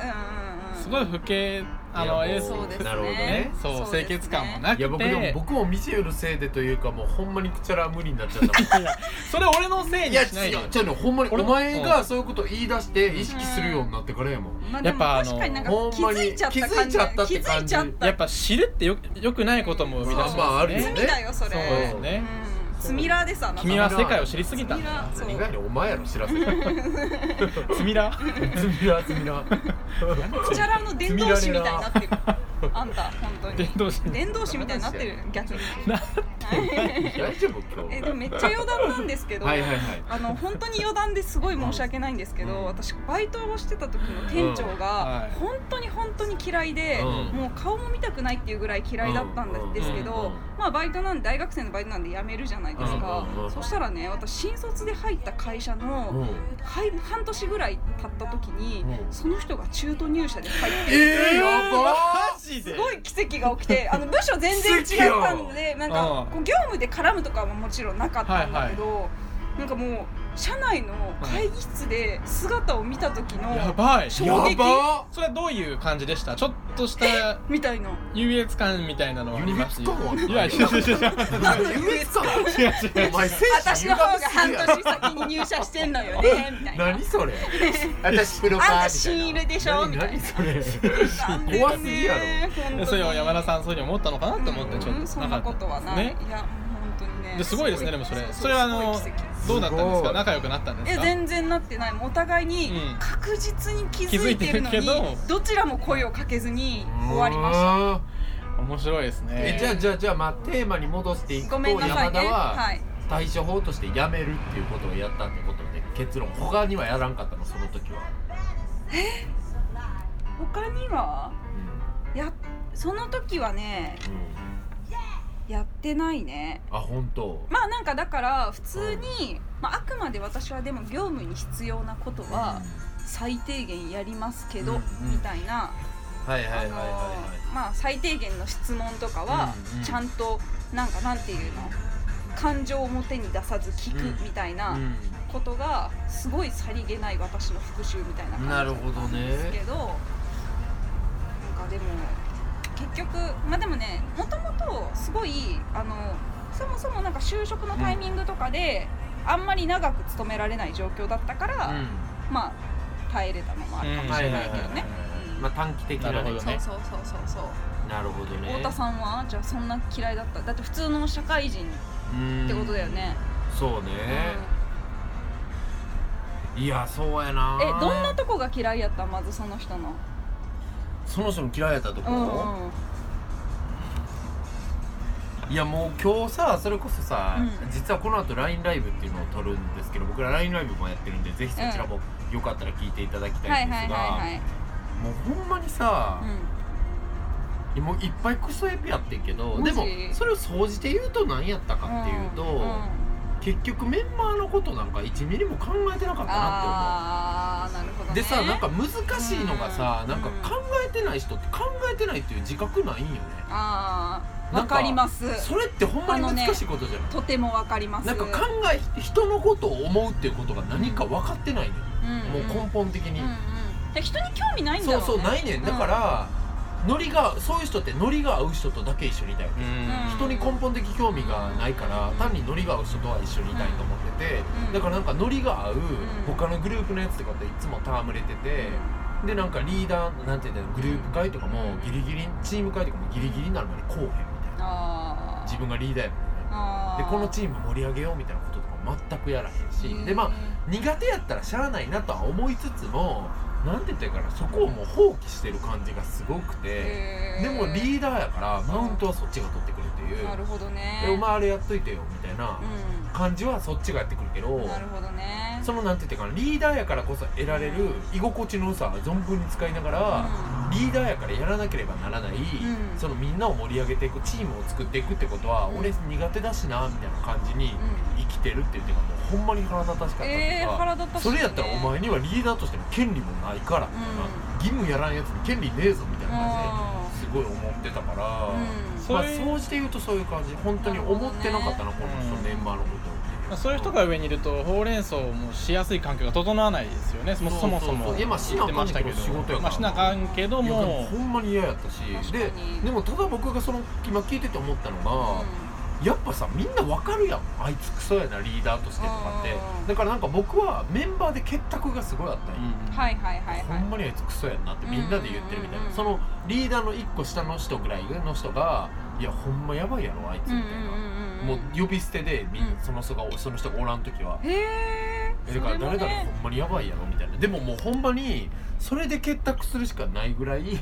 [SPEAKER 1] す
[SPEAKER 3] そう
[SPEAKER 1] ご
[SPEAKER 3] なんだろうね
[SPEAKER 1] い不敬あの
[SPEAKER 2] い
[SPEAKER 1] え
[SPEAKER 2] や
[SPEAKER 1] ー
[SPEAKER 2] も
[SPEAKER 3] そうですね
[SPEAKER 2] なるほど
[SPEAKER 1] ね
[SPEAKER 2] ね
[SPEAKER 1] そう
[SPEAKER 3] そうですね
[SPEAKER 1] 清潔感もなくて
[SPEAKER 2] いや僕でも僕も店よるせいでというかもうほんまにクチャラ無理になっちゃったもん
[SPEAKER 1] それ俺のせい
[SPEAKER 2] い
[SPEAKER 1] に
[SPEAKER 2] や
[SPEAKER 1] しない
[SPEAKER 2] 違
[SPEAKER 1] で
[SPEAKER 2] う違うのほんまに
[SPEAKER 1] 俺
[SPEAKER 2] お
[SPEAKER 1] も
[SPEAKER 2] 前がそういうこと言い出して意識するようになってからやもん
[SPEAKER 3] うんうんま
[SPEAKER 1] や
[SPEAKER 3] あ、で
[SPEAKER 1] っ
[SPEAKER 3] も
[SPEAKER 1] ぱあの
[SPEAKER 3] 確かになんか
[SPEAKER 2] ほん
[SPEAKER 3] 気
[SPEAKER 2] まに
[SPEAKER 3] づいちゃった
[SPEAKER 2] 気づいちゃった
[SPEAKER 3] 感
[SPEAKER 2] っ
[SPEAKER 3] じ気
[SPEAKER 2] て
[SPEAKER 3] づ
[SPEAKER 2] 感
[SPEAKER 3] い
[SPEAKER 2] じ
[SPEAKER 3] ちゃった
[SPEAKER 1] やっぱ知るってよよくないことも生み出しますね
[SPEAKER 2] まあまああるよね
[SPEAKER 3] 罪だよそれ
[SPEAKER 1] そうですね、
[SPEAKER 3] うんスミラーですあなた
[SPEAKER 1] 君は世界を知りすぎた
[SPEAKER 3] スミラーそう
[SPEAKER 2] 意外にお前やろ知らせ つ
[SPEAKER 1] スミラ
[SPEAKER 2] みらつみら
[SPEAKER 3] クチャラの伝道師みたいになってるあんた本当に
[SPEAKER 1] 伝道師
[SPEAKER 3] 伝道師みたいになってる逆に
[SPEAKER 1] な
[SPEAKER 2] 大丈夫今
[SPEAKER 3] え
[SPEAKER 2] 日
[SPEAKER 3] でもめっちゃ余談なんですけど、
[SPEAKER 2] はいはいはい
[SPEAKER 3] あの本当に余談ですごい申し訳ないんですけど、私バイトをしてた時の店長
[SPEAKER 1] うんは
[SPEAKER 3] が
[SPEAKER 1] い
[SPEAKER 3] 本当に本当に嫌いで、
[SPEAKER 2] うん
[SPEAKER 3] もう顔も見たくないっていうぐらい嫌いだったんだ
[SPEAKER 2] うん
[SPEAKER 3] ですけど、
[SPEAKER 2] うん
[SPEAKER 3] まあバイトなん大学生のバイトなんで辞めるじゃないですか、
[SPEAKER 2] うんうん
[SPEAKER 3] そしたらね私新卒で入った会社の、
[SPEAKER 2] うん
[SPEAKER 3] はい半年ぐらい経った時に、
[SPEAKER 2] うん
[SPEAKER 3] その人が中途入社で入って
[SPEAKER 2] えーやば
[SPEAKER 1] マジです
[SPEAKER 3] ごい奇跡が起きてあの部署全然違ったんでなん
[SPEAKER 1] うん
[SPEAKER 3] かこう業務で絡むとかはもちろんなかったんだけど、なんかもう社内の会議室で姿を見た時
[SPEAKER 1] や
[SPEAKER 3] の
[SPEAKER 1] ばい
[SPEAKER 3] 衝
[SPEAKER 2] や
[SPEAKER 3] 撃
[SPEAKER 2] ば
[SPEAKER 1] それはどういう感じでしたちょっとした
[SPEAKER 3] みたいな
[SPEAKER 1] 優越感みたいなのはあります
[SPEAKER 2] 優越感はい
[SPEAKER 1] やいやいやいや
[SPEAKER 3] 何の優越感
[SPEAKER 1] 違う違う
[SPEAKER 2] お前精
[SPEAKER 3] 私の方が半年先に入社してんのよねみたいな。
[SPEAKER 2] 何それ私プロパー
[SPEAKER 3] あんた新入りでしょみたいな
[SPEAKER 2] 何それ
[SPEAKER 3] なんでね
[SPEAKER 2] 怖すぎやろ
[SPEAKER 3] 本当 に
[SPEAKER 1] それを山田さんそういうふうに思ったのかなと思ってちょ
[SPEAKER 3] う
[SPEAKER 1] っ
[SPEAKER 3] ん
[SPEAKER 1] と
[SPEAKER 3] そん
[SPEAKER 1] な
[SPEAKER 3] な
[SPEAKER 1] か
[SPEAKER 3] こ
[SPEAKER 1] った
[SPEAKER 3] とは
[SPEAKER 1] です
[SPEAKER 3] ない、
[SPEAKER 1] ね
[SPEAKER 3] いや本当にね
[SPEAKER 1] ですごいですねでもそれ
[SPEAKER 3] うう
[SPEAKER 1] それはあの
[SPEAKER 3] すごい奇跡
[SPEAKER 1] どうだったんです
[SPEAKER 2] すご
[SPEAKER 1] か
[SPEAKER 2] い
[SPEAKER 1] 仲良くなったんで
[SPEAKER 3] い
[SPEAKER 1] す
[SPEAKER 3] や
[SPEAKER 1] か
[SPEAKER 3] 全然なってないもうお互いに
[SPEAKER 1] うん
[SPEAKER 3] 確実に気づいてるの
[SPEAKER 1] 気づい
[SPEAKER 3] に、
[SPEAKER 1] てるけ
[SPEAKER 3] どちらも声をかけずに終わりました
[SPEAKER 2] た
[SPEAKER 1] 面白いです
[SPEAKER 2] え
[SPEAKER 1] ね
[SPEAKER 2] じゃあじゃあじゃあまあテーマに戻していくと
[SPEAKER 3] ごめんなさい
[SPEAKER 2] 山
[SPEAKER 3] ね
[SPEAKER 2] 田は
[SPEAKER 3] はい
[SPEAKER 2] 対処法としてやめるっていうことをやったってことで結論他にはやらんかったのその時は、
[SPEAKER 3] 他には
[SPEAKER 2] う
[SPEAKER 3] やその時はね
[SPEAKER 2] んうん、
[SPEAKER 3] やってないね
[SPEAKER 2] あ本当
[SPEAKER 3] まあなんかだから普通に、まあ、あくまで私はでも業務に必要なことは最低限やりますけど、
[SPEAKER 2] うんうん
[SPEAKER 3] みたいな
[SPEAKER 2] はいはいはい
[SPEAKER 3] あ
[SPEAKER 2] はい
[SPEAKER 3] の
[SPEAKER 2] はい
[SPEAKER 3] ーまあ最低限の質問とかは
[SPEAKER 2] うんうん
[SPEAKER 3] ちゃんとなんかなんていうの感情を表に出さず聞
[SPEAKER 2] う
[SPEAKER 3] く
[SPEAKER 2] ん
[SPEAKER 3] みたいなことがすごいさりげない私の復讐みたいな
[SPEAKER 2] うん、なる
[SPEAKER 3] 感
[SPEAKER 2] ほど
[SPEAKER 3] じですけ
[SPEAKER 2] ね
[SPEAKER 3] どなんかでも結局まあでもねもともとすごいあのそもそもなんか就職のタイミングとかであんまり長く勤められない状況だったから、
[SPEAKER 2] う
[SPEAKER 3] まあ耐えれたのもあるか
[SPEAKER 2] ん
[SPEAKER 3] もしれないけどね。
[SPEAKER 2] まあ短期的な
[SPEAKER 1] なるほど
[SPEAKER 3] そう
[SPEAKER 1] ね
[SPEAKER 3] そうそうそうそう
[SPEAKER 2] なるほどね
[SPEAKER 3] 太田さんはじゃあそんな嫌いだっただって普通の社会人
[SPEAKER 2] うん
[SPEAKER 3] ってことだよね、
[SPEAKER 2] そうね、いやそうやな
[SPEAKER 3] うんえどんなとこが嫌いやったまずその人の
[SPEAKER 2] その人の嫌いやったとこ
[SPEAKER 3] う
[SPEAKER 2] ろ、
[SPEAKER 3] んうん
[SPEAKER 2] いやもう今日さそれこそさ、
[SPEAKER 3] うん
[SPEAKER 2] 実はこの後 LINE ライブっていうのを撮るんですけど僕ら LINE ライブもやってるんでぜひそちらもよかったら聞いていただき
[SPEAKER 3] は
[SPEAKER 2] たい
[SPEAKER 3] い
[SPEAKER 2] んで
[SPEAKER 3] は
[SPEAKER 2] す
[SPEAKER 3] い
[SPEAKER 2] が、
[SPEAKER 3] はいはい
[SPEAKER 2] もうほんまにさ、もういっぱいクソエビやってんけど
[SPEAKER 3] マ
[SPEAKER 2] で
[SPEAKER 3] ジ
[SPEAKER 2] もそれを総じて言うと何やったかっていうと、
[SPEAKER 3] んん
[SPEAKER 5] 結局メンバーのことなんか1ミリも考えてなかったなって思う
[SPEAKER 3] あーなるほどね
[SPEAKER 5] でさなんか難しいのがさ、なんか考えてない人って考えてないっていう自覚ないんよね、
[SPEAKER 3] あー
[SPEAKER 5] な
[SPEAKER 3] わ
[SPEAKER 5] んか
[SPEAKER 3] かります
[SPEAKER 5] それってほんまに難しいことじゃない、
[SPEAKER 3] とてもわかります
[SPEAKER 5] なんか考え人のことを思うっていうことが何か分かってないね、
[SPEAKER 3] うん
[SPEAKER 5] もう根本的に、
[SPEAKER 3] うんうんで人に興味ないんだ
[SPEAKER 5] そ
[SPEAKER 3] ろ
[SPEAKER 5] う
[SPEAKER 3] ね
[SPEAKER 5] そうないねんだから、ノリがそういう人ってノリが合う人とだけ一緒にいたいわけ、
[SPEAKER 3] ん
[SPEAKER 5] 人に根本的興味がないから単にノリが合う人とは一緒にいたいと思ってて、
[SPEAKER 3] うん
[SPEAKER 5] だからなんかノリが合う他のグループのやつとかっていつも戯れてて、でなんかリーダーなんていうんだろうグループ会とかもギリギリチーム会とかもギリギリになるまでこうへんみたいな
[SPEAKER 3] あー
[SPEAKER 5] 自分がリーダーやもんね
[SPEAKER 3] あ
[SPEAKER 5] でこの
[SPEAKER 3] ー
[SPEAKER 5] チーム盛り上げようみたいなこととか全くやらへん
[SPEAKER 3] へ
[SPEAKER 5] し
[SPEAKER 3] ー
[SPEAKER 5] でまあ苦手やったらしゃあないなとは思いつつもなんて言ったらいいかなそこをもう放棄してる感じがすごくて
[SPEAKER 3] へー
[SPEAKER 5] でもリーダーやからマウントはそっちが取ってくるっていう
[SPEAKER 3] なるほどね
[SPEAKER 5] でお前あれやっといてよみたいな感じはそっちがやってくるけ
[SPEAKER 3] う
[SPEAKER 5] ど
[SPEAKER 3] んなるほどね
[SPEAKER 5] そのなんて言ったらいいかなリーダーやからこそ得られる居心地の良さは存分に使いながら、リーダーやからやらなければならない、
[SPEAKER 3] ん
[SPEAKER 5] そのみんなを盛り上げていくチームを作っていくってことは、
[SPEAKER 3] うん
[SPEAKER 5] 俺苦手だしなみたいな感じに
[SPEAKER 3] ん
[SPEAKER 5] 生きてるっていうてかもうほんまに腹立たしかったと
[SPEAKER 3] えー
[SPEAKER 5] か、
[SPEAKER 3] 腹立たしい
[SPEAKER 5] それやったらお前にはリーダーとしての権利もないからみたいな、
[SPEAKER 3] う
[SPEAKER 5] 義務やらんやつに権利ねえぞみたいな感
[SPEAKER 3] あ
[SPEAKER 5] じですごい思ってたから、
[SPEAKER 3] うん
[SPEAKER 1] そう
[SPEAKER 5] まあ
[SPEAKER 1] いう
[SPEAKER 5] 総じて言うとそういう感じ本当に思ってなかったなこの人
[SPEAKER 1] うん
[SPEAKER 5] メンバーのこと
[SPEAKER 1] まあそういう人が上にいるとほうれん草もしやすい環境が整わないですよねそも
[SPEAKER 5] そう
[SPEAKER 1] そ
[SPEAKER 5] そうそう
[SPEAKER 1] もそも
[SPEAKER 5] いやまあしなあかんねんけど仕事やから
[SPEAKER 1] まあしなあかんけど
[SPEAKER 5] いやでも
[SPEAKER 1] も
[SPEAKER 5] ほんまに嫌やったし
[SPEAKER 3] 確かに
[SPEAKER 5] ででもただ僕がその今聞いてて思ったの
[SPEAKER 3] ー
[SPEAKER 5] が、やっぱさみんなわかるやんあいつクソやなリーダーとしてとかって
[SPEAKER 3] あー
[SPEAKER 5] だからなんか僕はメンバーで結託がすごいあったん
[SPEAKER 1] う
[SPEAKER 5] よ、
[SPEAKER 1] ん
[SPEAKER 3] はいはいはいは
[SPEAKER 5] ほ
[SPEAKER 3] い
[SPEAKER 5] んまにあいつクソやんなってみんなで言ってるみたいな、
[SPEAKER 3] うんうんうんうん
[SPEAKER 5] そのリーダーの1個下の人ぐらいの人が「いやほんまやばいやろあいつ」みたいな、もう呼び捨てでみん
[SPEAKER 3] うん
[SPEAKER 5] その人がその人がおらん時は
[SPEAKER 3] へえ
[SPEAKER 5] 「えだから誰々ほんまにやばいやろ」みたいなでももうほんまにそれで結託するしかないぐらい、
[SPEAKER 3] うん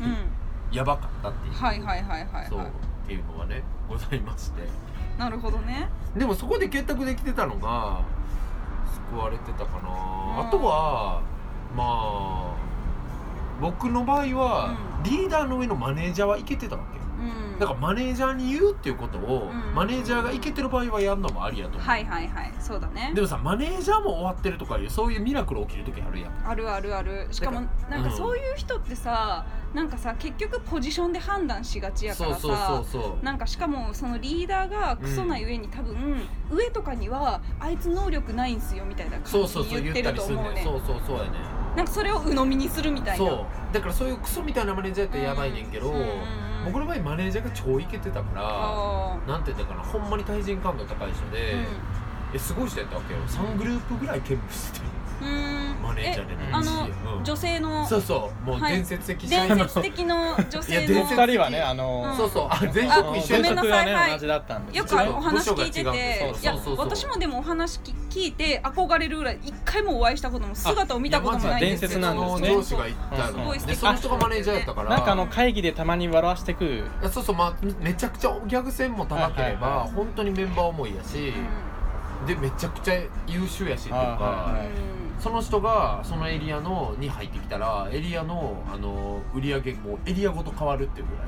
[SPEAKER 5] やばかったっていう、
[SPEAKER 3] はいはいはいはいはい
[SPEAKER 5] そうっていうのはねございまして
[SPEAKER 3] なるほどね
[SPEAKER 5] でもそこで結託できてたのが救われてたかな、
[SPEAKER 3] うん
[SPEAKER 5] あとはまあ僕の場合は、リーダーの上のマネージャーはいけてたわけ
[SPEAKER 3] うん
[SPEAKER 5] だからマネージャーに言うっていうことを、
[SPEAKER 3] うん
[SPEAKER 5] マネージャーがいけてる場合はやるのもありやと思う、
[SPEAKER 3] はいはいはいそうだね
[SPEAKER 5] でもさマネージャーも終わってるとかいうそういうミラクル起きる時あるやん
[SPEAKER 3] あるあるあるしかも
[SPEAKER 5] だ
[SPEAKER 3] なんか
[SPEAKER 5] うん
[SPEAKER 3] そういう人ってさなんかさ結局ポジションで判断しがちやか
[SPEAKER 5] そう
[SPEAKER 3] ら
[SPEAKER 5] そうそ
[SPEAKER 3] さ
[SPEAKER 5] うそう
[SPEAKER 3] なんかしかもそのリーダーがクソなゆえに多分上とかにはあいつ能力ないんすよみたいな
[SPEAKER 5] そ
[SPEAKER 3] 感
[SPEAKER 5] うそう
[SPEAKER 3] じ
[SPEAKER 5] そう
[SPEAKER 3] で言
[SPEAKER 5] 言
[SPEAKER 3] っる
[SPEAKER 5] ってたり
[SPEAKER 3] と
[SPEAKER 5] すん
[SPEAKER 3] 思う
[SPEAKER 5] ね
[SPEAKER 3] ね
[SPEAKER 5] んそうそうそうやね
[SPEAKER 3] なんかそれを鵜呑みにするみたいな
[SPEAKER 5] そうだからそういうクソみたいなマネージャーやったらやばいねんけ
[SPEAKER 3] う
[SPEAKER 5] ど、
[SPEAKER 3] んうんうんうん
[SPEAKER 5] 僕の場合マネージャーが超イケてたか
[SPEAKER 3] あ
[SPEAKER 5] らなんて言ったかなほんまに対人感度高い人
[SPEAKER 3] ー
[SPEAKER 5] で、えすごい人やったわけよ3グループぐらい兼務してる
[SPEAKER 3] うんうーん
[SPEAKER 5] マネージャーでね
[SPEAKER 1] え
[SPEAKER 3] あ
[SPEAKER 5] う
[SPEAKER 3] の
[SPEAKER 5] ん
[SPEAKER 3] 女性の
[SPEAKER 5] そうそうもう伝説的
[SPEAKER 3] 伝
[SPEAKER 5] 人
[SPEAKER 3] 説的の女
[SPEAKER 5] いや
[SPEAKER 3] 性
[SPEAKER 5] 伝
[SPEAKER 3] の
[SPEAKER 5] 説
[SPEAKER 1] 二人はねあの
[SPEAKER 5] そうそうあ前
[SPEAKER 1] あ
[SPEAKER 5] 職
[SPEAKER 1] の
[SPEAKER 5] 一緒
[SPEAKER 1] 前
[SPEAKER 5] や
[SPEAKER 3] ごめん
[SPEAKER 5] っ
[SPEAKER 1] 職
[SPEAKER 3] な
[SPEAKER 5] た
[SPEAKER 3] さ
[SPEAKER 1] は
[SPEAKER 3] い
[SPEAKER 1] ね
[SPEAKER 3] はい
[SPEAKER 1] 同じだったんです
[SPEAKER 3] よ
[SPEAKER 1] け
[SPEAKER 3] く
[SPEAKER 1] ど
[SPEAKER 3] あのお話聞いて
[SPEAKER 5] 部署が違う
[SPEAKER 3] て
[SPEAKER 5] んで
[SPEAKER 3] い
[SPEAKER 5] す
[SPEAKER 3] や
[SPEAKER 5] そうそうそうそう
[SPEAKER 3] 私もでもお話き聞いて憧れるぐらい一回もお会いしたことも姿を見たこともないんですけど
[SPEAKER 1] いやまずは伝説なんですね
[SPEAKER 5] 上司が行った
[SPEAKER 1] うんす
[SPEAKER 5] の
[SPEAKER 1] ご
[SPEAKER 3] い素敵
[SPEAKER 5] でその人がマネージャーやったから
[SPEAKER 1] なんかあの会議でたまに笑わしてく
[SPEAKER 5] あそうそうまあめちゃくちゃお客線も高ければ、
[SPEAKER 1] はいはいはい
[SPEAKER 5] 本当にメンバー思いやし、でめちゃくちゃ優秀やしっていうか、
[SPEAKER 1] はいはい
[SPEAKER 5] その人がそのエリアのに入ってきたらエリアのあの売り上げもエリアごと変わるっていうぐら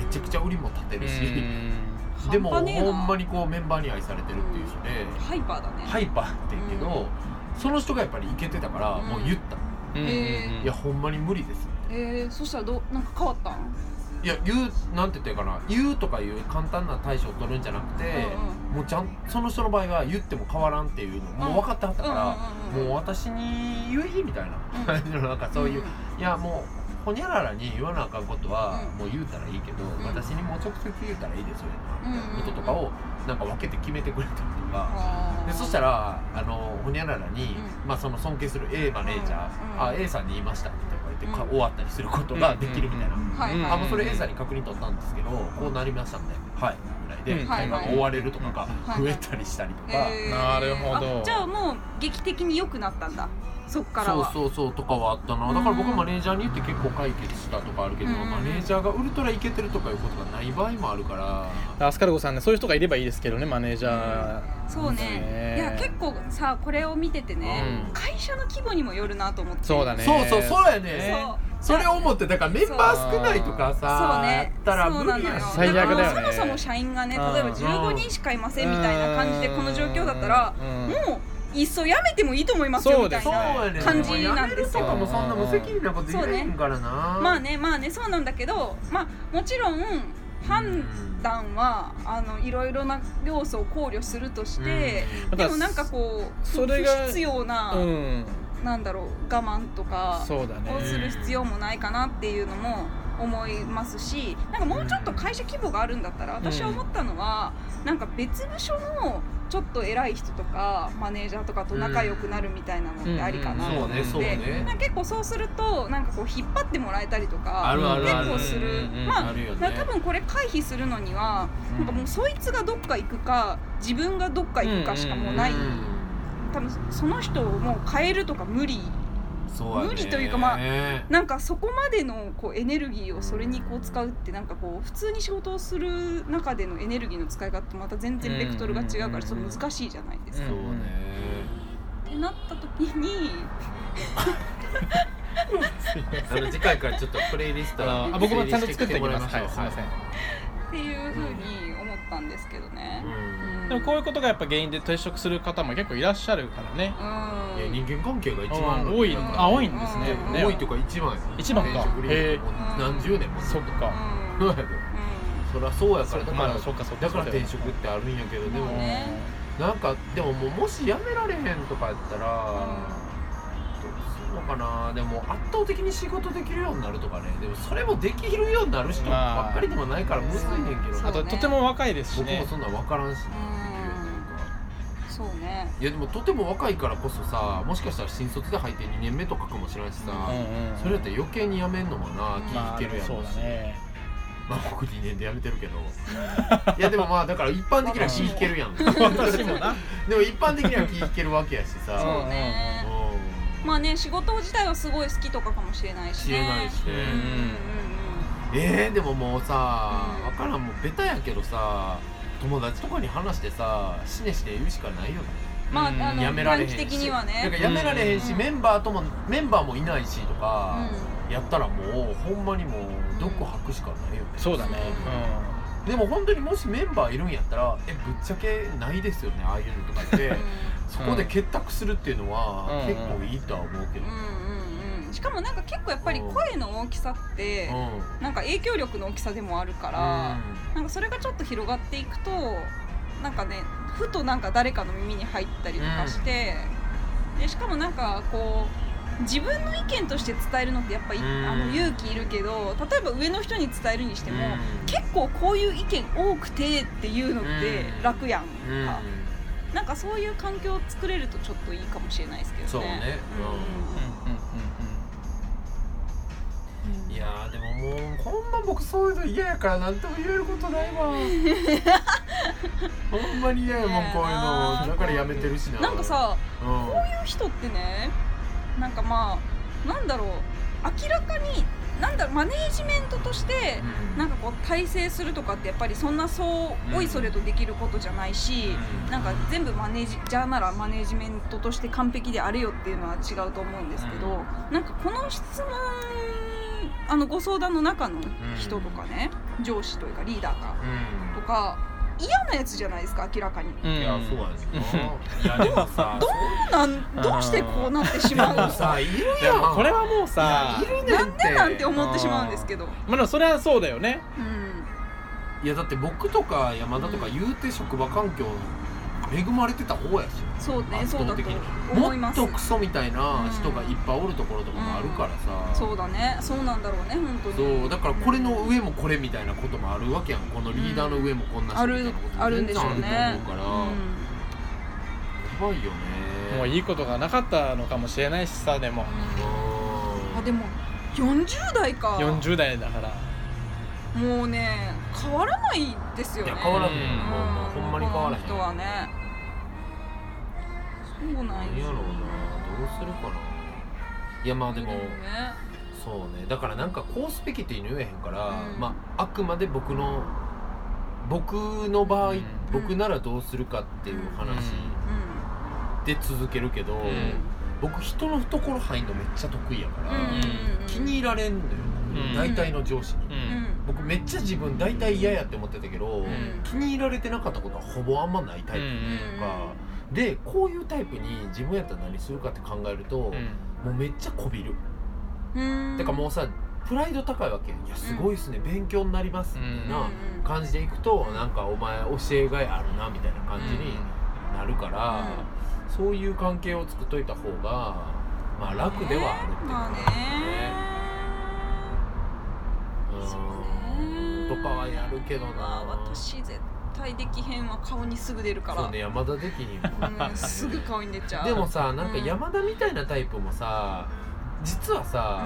[SPEAKER 5] い、めちゃくちゃ売りも立てるし、でも
[SPEAKER 3] 半端ねえな
[SPEAKER 5] ほんまにこうメンバーに愛されてるっていう人で、
[SPEAKER 3] ゃハイパーだね
[SPEAKER 5] ハイパーって言うけど、その人がやっぱりイケてたから、
[SPEAKER 3] うん
[SPEAKER 5] もう言った、
[SPEAKER 1] うんうん
[SPEAKER 3] へ
[SPEAKER 1] うん
[SPEAKER 5] いやほんまに無理です
[SPEAKER 3] えーそしたらどうなんか変わったん
[SPEAKER 5] いや言うなんて言ったらいいかな言うとかいう簡単な対処を取るんじゃなくて、もうちゃんその人の場合は言っても変わらんっていうのもう分かってはったから、
[SPEAKER 3] うんうんうんうん
[SPEAKER 5] もう私に言えみたいな
[SPEAKER 3] うん
[SPEAKER 5] 感じの なんかそういう、
[SPEAKER 3] ん
[SPEAKER 5] いやもうほにゃららに言わなあかんことは
[SPEAKER 3] うん
[SPEAKER 5] もう言うたらいいけど、
[SPEAKER 3] ん
[SPEAKER 5] 私にもう直接言うたらいいですよねみたいなこととか
[SPEAKER 3] うん
[SPEAKER 5] をなんか分けて決めてくれたりとか、
[SPEAKER 3] あー
[SPEAKER 5] でそしたらあのほにゃららに、
[SPEAKER 3] う
[SPEAKER 5] まあ、その尊敬する A マネージャー、
[SPEAKER 3] うん
[SPEAKER 5] あ A さんに言いましたとか言ってか、
[SPEAKER 3] うん
[SPEAKER 5] 終わったりすることができるみたいな。
[SPEAKER 1] うんうんうん
[SPEAKER 3] はいはい
[SPEAKER 5] あもうそれ A さんに確認取ったんですけど、こうなりましたんで、はい、ぐらいで、
[SPEAKER 1] うん
[SPEAKER 5] 会話が終われるとかが
[SPEAKER 3] うん
[SPEAKER 5] 増えたりしたりとか、
[SPEAKER 3] へー
[SPEAKER 1] なるほど
[SPEAKER 3] あじゃあもう劇的に良くなったんだそっから
[SPEAKER 5] そう
[SPEAKER 3] は
[SPEAKER 5] そうそうとかはあったなだから僕マネージャーに言って結構解決したとかあるけど、
[SPEAKER 3] うん
[SPEAKER 5] マネージャーがウルトライケてるとかいうことがない場合もあるから
[SPEAKER 1] アスカルゴさんねそういう人がいればいいですけどねマネージャー
[SPEAKER 3] そうね
[SPEAKER 1] ね
[SPEAKER 3] いや結構さこれを見ててね、
[SPEAKER 5] うん
[SPEAKER 3] 会社の規模にもよるなと思って
[SPEAKER 1] そうだね
[SPEAKER 5] そうそうそうや
[SPEAKER 3] そう
[SPEAKER 5] ねそれを思ってだからメンバー少ないとか
[SPEAKER 3] そう
[SPEAKER 5] さ
[SPEAKER 3] ね
[SPEAKER 5] やった
[SPEAKER 3] そ
[SPEAKER 5] ら
[SPEAKER 3] う
[SPEAKER 5] 無
[SPEAKER 3] な
[SPEAKER 5] 理
[SPEAKER 3] のよ
[SPEAKER 5] やし
[SPEAKER 1] 最悪だよね
[SPEAKER 3] だからそもそも社員がね例え
[SPEAKER 1] うん
[SPEAKER 3] ば15人しかいませんみたいな感じでこの状況だったら
[SPEAKER 1] うん
[SPEAKER 3] もういっそやめてもいいと思いますよみたい
[SPEAKER 5] そう
[SPEAKER 3] な
[SPEAKER 5] やね
[SPEAKER 3] 感じなんですよ
[SPEAKER 5] やめるとかもそんな無責任なこと言えへんからな、
[SPEAKER 3] まあねまあねそうなんだけどまあもちろん判断はあのいろいろな要素を考慮するとして、
[SPEAKER 1] うん
[SPEAKER 3] でもなんかこう
[SPEAKER 1] それが
[SPEAKER 3] 不必要な、
[SPEAKER 1] うん
[SPEAKER 3] なんだろう我慢とか
[SPEAKER 1] そうだね
[SPEAKER 3] をする必要もないかなっていうのも思いますしなんかもうちょっと会社規模があるんだったら
[SPEAKER 1] ん
[SPEAKER 3] 私は思ったのはなんか別部署のちょっと偉い人とかマネージャーとかと仲良くなるみたいなのってありかなと思って
[SPEAKER 5] うんそうねそうね
[SPEAKER 3] なんか結構そうするとなんかこう引っ張ってもらえたりと
[SPEAKER 5] あ
[SPEAKER 3] か
[SPEAKER 5] るあるあ
[SPEAKER 3] 結
[SPEAKER 5] る
[SPEAKER 3] 構する
[SPEAKER 1] うんうんうん
[SPEAKER 3] まあ
[SPEAKER 5] あるよね
[SPEAKER 3] なんか多分これ回避するのには
[SPEAKER 5] うん
[SPEAKER 3] なんかもうそいつがどっか行くか自分がどっか行くかしかもうない多分その人をもう変えるとか無理。
[SPEAKER 5] そうやね
[SPEAKER 3] 無理というかまあ
[SPEAKER 5] ね
[SPEAKER 3] なんかそこまでのこうエネルギーをそれにこう使うってなんかこう普通に仕事をする中でのエネルギーの使い方とまた全然ベクトルが違うからちょっと難しいじゃないです
[SPEAKER 5] そ
[SPEAKER 3] か。
[SPEAKER 5] うね、
[SPEAKER 3] ってなった時に
[SPEAKER 5] あの次回からちょっとプレイリスト
[SPEAKER 1] あ僕もちゃんと作っていきますはいすいません
[SPEAKER 3] っていうふうに思ったんですけどね。うん
[SPEAKER 1] でもこういうことがやっぱ原因で退職する方も結構いらっしゃるからね
[SPEAKER 3] うん
[SPEAKER 5] いや人間関係が一
[SPEAKER 1] あ
[SPEAKER 5] 番
[SPEAKER 1] ー多い
[SPEAKER 3] のか
[SPEAKER 1] あ多いんですね
[SPEAKER 3] うん
[SPEAKER 1] ね
[SPEAKER 5] 多いとか一番や
[SPEAKER 1] 一番か
[SPEAKER 5] へえ何十年も
[SPEAKER 1] そっか
[SPEAKER 5] そう
[SPEAKER 3] うん
[SPEAKER 5] やでそりゃそうやか
[SPEAKER 1] そう
[SPEAKER 5] らだか
[SPEAKER 1] ま
[SPEAKER 5] ら
[SPEAKER 1] あそっかそっか
[SPEAKER 5] だから転職ってあるんやけどで
[SPEAKER 3] そう
[SPEAKER 5] も
[SPEAKER 3] ね
[SPEAKER 5] なんかでももうもし辞められへんとかやったらどうするのかなでも圧倒的に仕事できるようになるとかねでもそれもできるようになる人ばっかりでもないからむずいねんけど
[SPEAKER 3] ま
[SPEAKER 1] あ
[SPEAKER 5] な
[SPEAKER 1] ととても若いですし
[SPEAKER 5] 僕
[SPEAKER 1] ね
[SPEAKER 5] もそんなん分からんしね
[SPEAKER 3] うんそうね。
[SPEAKER 5] いやでもとても若いからこそさもしかしたら新卒で入って2年目とかかもしれんしさ、
[SPEAKER 1] うんうん
[SPEAKER 5] それだって余計に辞めんのもな気
[SPEAKER 1] ま
[SPEAKER 5] ぃ
[SPEAKER 1] あ
[SPEAKER 5] つけるや
[SPEAKER 1] そ
[SPEAKER 5] ろ
[SPEAKER 1] う
[SPEAKER 5] う
[SPEAKER 1] だ
[SPEAKER 5] し、
[SPEAKER 1] ね
[SPEAKER 5] まあ僕2年で辞めてるけどいやでもまあだから一般的には気ぃ引けるや ん
[SPEAKER 1] 私もな
[SPEAKER 5] でも一般的には気ぃ引けるわけやし
[SPEAKER 1] うん
[SPEAKER 5] さ
[SPEAKER 3] そうね。まあね仕事自体はすごい好きとかかもしれないし
[SPEAKER 5] 知
[SPEAKER 3] ね。
[SPEAKER 5] れないしね、
[SPEAKER 3] うんうんうん。
[SPEAKER 5] えー、でももうさ
[SPEAKER 3] うん
[SPEAKER 5] 分からんもうベタやけどさ友達とかに話してさ死ね死ね言うしかないよね
[SPEAKER 3] まあ、
[SPEAKER 1] うん
[SPEAKER 3] あの
[SPEAKER 5] やめられへんし
[SPEAKER 3] 短期的には
[SPEAKER 5] なんか
[SPEAKER 3] ね。
[SPEAKER 5] やめられへんし、
[SPEAKER 3] うん
[SPEAKER 5] メンバーともメンバーもいないしと
[SPEAKER 3] う
[SPEAKER 5] か、
[SPEAKER 3] ん
[SPEAKER 5] やったらもうほんまにもう毒吐くしかないよね、
[SPEAKER 1] そうだね
[SPEAKER 5] でも本当にもしメンバーいるんやったらえぶっちゃけないですよねああいうのと かってそこで結託するっていうのは
[SPEAKER 1] うん
[SPEAKER 5] 結構いいとは思うけど、
[SPEAKER 3] う
[SPEAKER 5] う
[SPEAKER 3] ん
[SPEAKER 5] ん
[SPEAKER 3] うんうんしかもなんか結構やっぱり声の大きさって、なんか影響力の大きさでもあるから、なんかそれがちょっと広がっていくとなんかねふとなんか誰かの耳に入ったりとかして、でしかもなんかこう自分の意見として伝えるのってやっぱり、
[SPEAKER 5] うん
[SPEAKER 3] あの勇気いるけど例えば上の人に伝えるにしても、結構こういう意見多くてっていうのって楽やんか。
[SPEAKER 5] うん
[SPEAKER 3] なんかそういう環境を作れるとちょっといいかもしれないですけどね。
[SPEAKER 5] そうね
[SPEAKER 1] うんうん
[SPEAKER 3] うんうん
[SPEAKER 5] いやーでももうほんま僕そういうの嫌やからなんとも言えることないわほんまに嫌やもんこういうのだからやめてるしな
[SPEAKER 3] なんかさ、
[SPEAKER 5] うん
[SPEAKER 3] こういう人ってね、なんかまあなんだろう明らかになんだろうマネージメントとしてなんかこう体制するとかってやっぱりそんなそうおいそれとできることじゃないし、なんか全部マネージジャーならマネージメントとして完璧であれよっていうのは違うと思うんですけど、
[SPEAKER 5] う
[SPEAKER 3] なんかこの質問あのご相談の中の人とかね、上司というかリーダーかとか嫌なやつじゃないですか明らかに。
[SPEAKER 1] うん
[SPEAKER 5] いやそうや ねんないやでもさ
[SPEAKER 3] どうなんどうしてこうなってしまう
[SPEAKER 5] でも
[SPEAKER 3] の
[SPEAKER 5] さいる
[SPEAKER 1] い
[SPEAKER 5] や
[SPEAKER 1] や
[SPEAKER 5] ん
[SPEAKER 1] もうこれはもうさ
[SPEAKER 5] いるね
[SPEAKER 3] なんでなんて思ってしまうんですけど、
[SPEAKER 1] まあでもそれはそうだよね
[SPEAKER 3] うん、
[SPEAKER 5] いやだって僕とか山田とか言うて職場環境恵まれてた方やし
[SPEAKER 3] そうね
[SPEAKER 5] 圧
[SPEAKER 3] そう
[SPEAKER 5] 倒
[SPEAKER 3] だと
[SPEAKER 5] 的に
[SPEAKER 3] 思い
[SPEAKER 5] も
[SPEAKER 3] ま
[SPEAKER 5] っ
[SPEAKER 3] す
[SPEAKER 5] とクソみたいな人がいっぱいおるところとかもあるからさ
[SPEAKER 3] そうだねそうなんだろうね本当に
[SPEAKER 5] そうだからこれの上もこれみたいなこともあるわけやんこのリーダーの上もこんな
[SPEAKER 3] ある
[SPEAKER 5] 人みたいなこと
[SPEAKER 3] あるんでしょう
[SPEAKER 5] 全然あ
[SPEAKER 3] ね
[SPEAKER 5] ると思うから、
[SPEAKER 3] う
[SPEAKER 5] やばいよね
[SPEAKER 1] もういいことがなかったのかもしれないしさでも
[SPEAKER 3] ん
[SPEAKER 5] うん
[SPEAKER 3] あでも40代か
[SPEAKER 1] 40代だから
[SPEAKER 3] もうね変わらないですよ
[SPEAKER 5] い
[SPEAKER 3] ね
[SPEAKER 5] や変わらん
[SPEAKER 1] い
[SPEAKER 5] ね
[SPEAKER 1] うん
[SPEAKER 5] ん、もうもうほんまに変わらへん
[SPEAKER 3] この人はねそうなん
[SPEAKER 5] 何
[SPEAKER 3] で
[SPEAKER 5] や
[SPEAKER 3] す
[SPEAKER 5] ろう
[SPEAKER 3] よ
[SPEAKER 5] などうするかないやまあでも
[SPEAKER 3] いいね
[SPEAKER 5] そうねだからなんかこうすべきって言えへんから、
[SPEAKER 3] うん
[SPEAKER 5] まああくまで僕の僕の場合、
[SPEAKER 1] うん
[SPEAKER 5] 僕ならどうするかっていう話で続けるけど、
[SPEAKER 3] うん
[SPEAKER 5] 僕人の懐入んのめっちゃ得意やから、
[SPEAKER 3] うんうんうん
[SPEAKER 5] 気に入られんのよ、
[SPEAKER 1] うん
[SPEAKER 5] 大体の上司に、
[SPEAKER 3] うん
[SPEAKER 5] 僕めっちゃ自分大体嫌やって思ってたけど、
[SPEAKER 3] ん
[SPEAKER 5] 気に入られてなかったことはほぼあんまないタイプとか、でこういうタイプに自分やったら何するかって考えると、もうめっちゃこびる、
[SPEAKER 3] うん
[SPEAKER 5] てかもうさプライド高いわけいやすごいっすね、勉強になりますみたいな
[SPEAKER 3] うん
[SPEAKER 5] 感じでいくとなんかお前教えがいあるなみたいな感じになるから、そういう関係を作っといた方がまあ楽ではあるっていう
[SPEAKER 3] まあ
[SPEAKER 5] か
[SPEAKER 3] ね
[SPEAKER 5] うん
[SPEAKER 3] そうね
[SPEAKER 5] とかはやるけどな、
[SPEAKER 3] まあ私絶対できへんは顔にすぐ出るから
[SPEAKER 5] そうね山田的にも
[SPEAKER 3] うんすぐ顔に出ちゃう
[SPEAKER 5] で もさなんか
[SPEAKER 3] うん
[SPEAKER 5] 山田みたいなタイプもさ実はさ、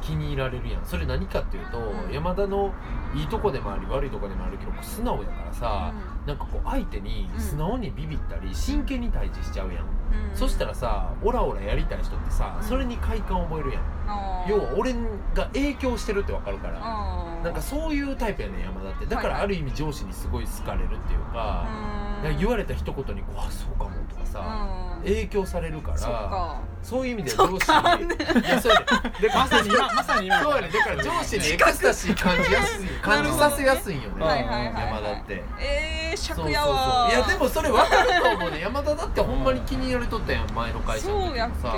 [SPEAKER 5] 気に入られるやんそれ何かっていうと、
[SPEAKER 3] うん
[SPEAKER 5] 山田のいいとこでもあり悪いとこでもあるけど素直やからさ、なんかこう相手に素直にビビったり真剣に対峙しちゃうやん、
[SPEAKER 3] うんうん
[SPEAKER 5] そしたらさオラオラやりたい人ってさ
[SPEAKER 3] うん
[SPEAKER 5] それに快感を覚えるやん、
[SPEAKER 3] あー
[SPEAKER 5] 要は俺が影響してるって分かるから、
[SPEAKER 3] あー
[SPEAKER 5] なんかそういうタイプやねん山田ってだ
[SPEAKER 3] は
[SPEAKER 5] か
[SPEAKER 3] いは
[SPEAKER 5] ら
[SPEAKER 3] い
[SPEAKER 5] ある意味上司にすごい好かれるっていう
[SPEAKER 3] う
[SPEAKER 5] か,、
[SPEAKER 3] ん
[SPEAKER 5] なんか言われた一言に「こうあそうかも」とかさ、
[SPEAKER 3] うん
[SPEAKER 5] 影響されるから
[SPEAKER 3] そっか
[SPEAKER 5] そういう意味で上司に、いやそうやねで
[SPEAKER 1] まさに 今まさに今
[SPEAKER 5] そうやねだから上司にエクスタシー感じや すい感じさせやすいんよね、
[SPEAKER 1] はいはい
[SPEAKER 3] はいはい
[SPEAKER 5] 山田って。
[SPEAKER 3] えー
[SPEAKER 5] そう
[SPEAKER 3] 尺
[SPEAKER 5] そうそうい
[SPEAKER 3] やわ
[SPEAKER 5] やでもそれ分かると思うね山田だってほんまに気に入られとったやん前の会社の時
[SPEAKER 3] そうやっ
[SPEAKER 5] さ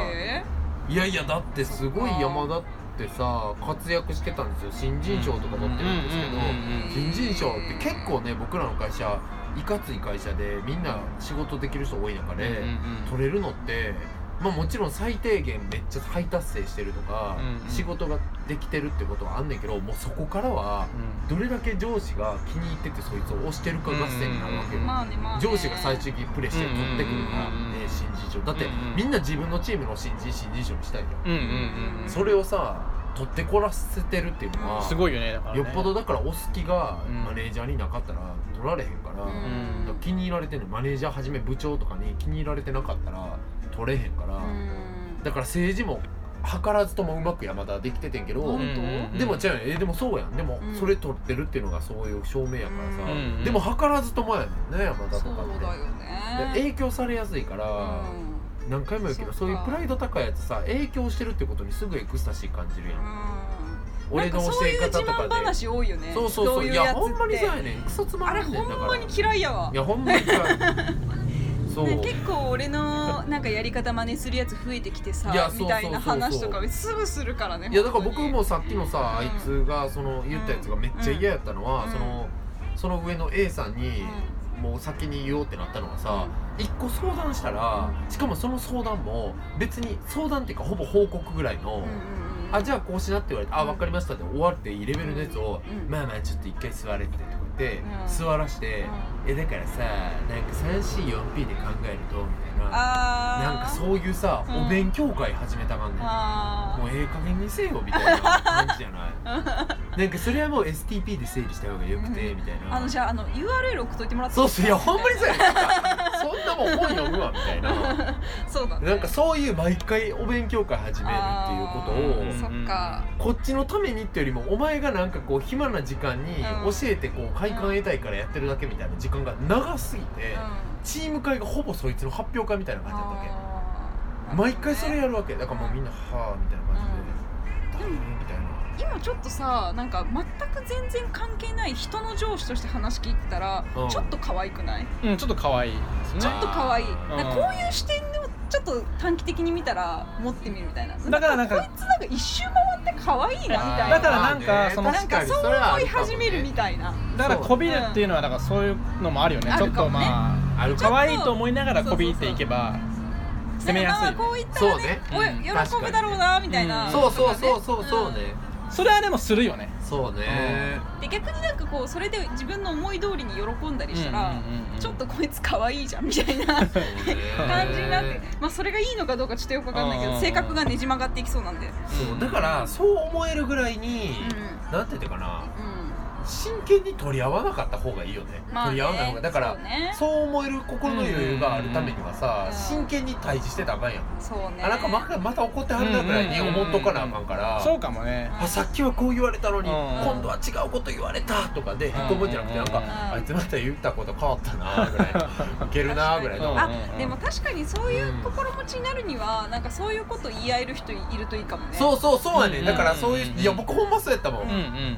[SPEAKER 3] け
[SPEAKER 5] いやいやだってすごい山田ってさ活躍してたんですよ新人賞とか取ってるんですけど、
[SPEAKER 1] うんうんうんうん
[SPEAKER 5] 新人賞って結構ね僕らの会社いかつい会社でみんな仕事できる人多い中で、取れるのって、まあ、もちろん最低限めっちゃハイ達成してるとか、
[SPEAKER 1] うんうん
[SPEAKER 5] 仕事ができてるってことはあんねんけどもうそこからはどれだけ上司が気に入っててそいつを押してるか合戦になるわけよ、
[SPEAKER 1] うん
[SPEAKER 3] まあねまあね
[SPEAKER 5] 上司が最終的にプレッシャー取ってくるから、
[SPEAKER 1] うんうんうんうん
[SPEAKER 5] ね新人賞だって、
[SPEAKER 1] うんうん
[SPEAKER 5] みんな自分のチームの新人新人賞にしたいよ、
[SPEAKER 1] うんうん
[SPEAKER 3] うん
[SPEAKER 5] それをさ取ってこらせてるっていうの
[SPEAKER 1] う
[SPEAKER 5] は
[SPEAKER 1] んすごいよねだからね
[SPEAKER 5] よっぽどだからお好きが
[SPEAKER 1] うん
[SPEAKER 5] マネージャーになかったら取られへんから、
[SPEAKER 3] う
[SPEAKER 5] だから気に入られてんのマネージャーはじめ部長とかに気に入られてなかったら取れへんから、
[SPEAKER 3] うん
[SPEAKER 5] だから政治も図らずともうまく山田はできててんけど、
[SPEAKER 3] うん
[SPEAKER 5] でも違うよえでもそうやんでも
[SPEAKER 3] うん
[SPEAKER 5] それ取ってるっていうのがそういう証明やからさ、
[SPEAKER 1] うん
[SPEAKER 5] でも図らずともやねんね山田と
[SPEAKER 3] そ
[SPEAKER 5] かって
[SPEAKER 3] うだよ
[SPEAKER 5] で
[SPEAKER 3] ね
[SPEAKER 5] 影響されやすいから、何回も言うけど
[SPEAKER 3] そ
[SPEAKER 5] そうう
[SPEAKER 3] か
[SPEAKER 5] いうプライド高いやつさ影響してるってことにすぐエクスタシー感じるやん、
[SPEAKER 3] 俺
[SPEAKER 5] 俺
[SPEAKER 3] の
[SPEAKER 5] の教
[SPEAKER 3] そうい
[SPEAKER 5] え
[SPEAKER 3] う自
[SPEAKER 5] 方と
[SPEAKER 3] 慢
[SPEAKER 5] かで
[SPEAKER 3] 話多いよね
[SPEAKER 5] そうそうそう
[SPEAKER 3] い
[SPEAKER 5] い
[SPEAKER 3] や
[SPEAKER 5] や
[SPEAKER 3] つ
[SPEAKER 5] ほんまに
[SPEAKER 3] っ
[SPEAKER 5] そう
[SPEAKER 3] て
[SPEAKER 5] やねんクソつま
[SPEAKER 3] あれ
[SPEAKER 5] らんね
[SPEAKER 3] ほ
[SPEAKER 5] んだ
[SPEAKER 3] ん
[SPEAKER 5] か
[SPEAKER 3] ま
[SPEAKER 5] ら
[SPEAKER 3] に嫌いやわ
[SPEAKER 5] いやほんまに嫌いそう
[SPEAKER 3] ね結構俺のなんかやり方真似するやつ増えてきてさ
[SPEAKER 5] いやそうそう
[SPEAKER 3] みたいな話とかすぐするからね
[SPEAKER 5] いやだから僕も
[SPEAKER 3] 本
[SPEAKER 5] さっきのさあ
[SPEAKER 3] うん
[SPEAKER 5] いつがその言ったやつがめっちゃ嫌やったのは、
[SPEAKER 3] うん
[SPEAKER 5] そのその上の A さんにもう先に言おうってなったのはさ一個相談したらしかもその相談も別に相談っていうかほぼ報告ぐらいの
[SPEAKER 3] 当にうんうん
[SPEAKER 5] あじゃあこうしなって言われて「あ分かりました」って終わっていいレベルのやつを
[SPEAKER 3] うんう
[SPEAKER 5] 「
[SPEAKER 3] ん
[SPEAKER 5] まあまあちょっと一回座れ」って言
[SPEAKER 3] うん
[SPEAKER 5] って座らして「えだからさなんか 3C4P で考えると」みたいな
[SPEAKER 3] あー
[SPEAKER 5] なんかそういうさ
[SPEAKER 3] うん
[SPEAKER 5] お勉強会始めたがんねん
[SPEAKER 3] あー
[SPEAKER 5] もうええ加減にせよみたいな 感じじゃないなんかそれはもう STP で整理した方がよくてみたいな
[SPEAKER 3] あのじゃああの URL 送っといてもらってい
[SPEAKER 5] そう
[SPEAKER 3] い
[SPEAKER 5] っすいやほんまにそうやねんそんなもん本読むわみたいな
[SPEAKER 3] そうだね
[SPEAKER 5] なんかそういう毎回お勉強会始めるっていう
[SPEAKER 1] あ
[SPEAKER 5] ことを
[SPEAKER 1] ー
[SPEAKER 3] そっか
[SPEAKER 5] こっちのためにっていうよりもお前がなんかこう暇な時間に
[SPEAKER 3] うん
[SPEAKER 5] 教えてこう快感得たいからやってるだけみたいな時間が長すぎてチーム会がほぼそいつの発表会みたいな感じだったわけ
[SPEAKER 3] うん
[SPEAKER 5] 毎回それや
[SPEAKER 3] る
[SPEAKER 5] るわけだからもうみんなはあみたいな感じでだ
[SPEAKER 3] うん
[SPEAKER 5] ねみたいな。
[SPEAKER 3] 今ちょっとさなんか全く全然関係ない人の上司として話聞いてたら、
[SPEAKER 5] うん
[SPEAKER 3] ちょっと可愛くない
[SPEAKER 1] うんちょっと可愛いですね
[SPEAKER 3] ちょっと可愛い
[SPEAKER 5] う
[SPEAKER 3] な
[SPEAKER 5] ん
[SPEAKER 3] んかこういう視点をちょっと短期的に見たら持ってみるみたいな
[SPEAKER 1] だからなんか
[SPEAKER 3] こいつなんか一周回って可愛いなみたいな
[SPEAKER 1] だからなんかその
[SPEAKER 3] なんかそう思い始めるみたいな
[SPEAKER 1] だからこびるっていうのはだからそういうのもあるよね
[SPEAKER 3] うん
[SPEAKER 1] ちょっとまあ
[SPEAKER 5] ある
[SPEAKER 3] ちょっと
[SPEAKER 1] 可愛いと思いながらこびっていけば攻めやすい
[SPEAKER 3] なんかまあこういったらね
[SPEAKER 5] そうねうん
[SPEAKER 3] おい喜ぶだろうなみたいな、
[SPEAKER 1] うん
[SPEAKER 5] そうそうそうそうそうね、
[SPEAKER 1] それはでもするよね
[SPEAKER 5] そうね
[SPEAKER 3] で逆になんかこうそれで自分の思い通りに喜んだりしたら、
[SPEAKER 1] うんうんうんうん
[SPEAKER 3] ちょっとこいつ可愛いじゃんみたいな
[SPEAKER 5] そうね
[SPEAKER 3] 感じになって、まあ、それがいいのかどうかちょっとよくわかんないけ
[SPEAKER 1] う
[SPEAKER 3] ど
[SPEAKER 1] ん
[SPEAKER 3] 性格がねじ曲がっていきそうなんで、
[SPEAKER 5] そうだからそう思えるぐらいに、
[SPEAKER 3] う
[SPEAKER 5] なんて言ってかな
[SPEAKER 3] うん、
[SPEAKER 5] 真剣に取り合わなかった方がいいよね,、
[SPEAKER 3] まあ
[SPEAKER 5] 取
[SPEAKER 3] ね
[SPEAKER 5] り合わない方がだから
[SPEAKER 3] そうね
[SPEAKER 5] そう思える心の余裕があるためにはさ、
[SPEAKER 3] うん
[SPEAKER 5] 真剣に対峙してたらあかんやん、
[SPEAKER 3] そうね
[SPEAKER 5] あなんかまたまた怒ってはるなぐらいに思っとかなあかんから、
[SPEAKER 1] そうかもね
[SPEAKER 5] あさっきはこう言われたのに、
[SPEAKER 1] うん
[SPEAKER 5] 今度は違うこと言われたとかでへ
[SPEAKER 1] ん
[SPEAKER 5] こむんじゃなくてなんか、
[SPEAKER 1] うん
[SPEAKER 5] あいつまた言ったこと変わったなぐらいのいけるなぐらいの、
[SPEAKER 1] うん
[SPEAKER 3] あでも確かにそういう心持ちになるにはなんかそういうこと言い合える人いるといいかもね
[SPEAKER 5] そうそうそうやね、
[SPEAKER 1] うん
[SPEAKER 5] ん、だからそういう、
[SPEAKER 1] うん
[SPEAKER 5] いや僕ほんまそうやったもん、
[SPEAKER 1] うん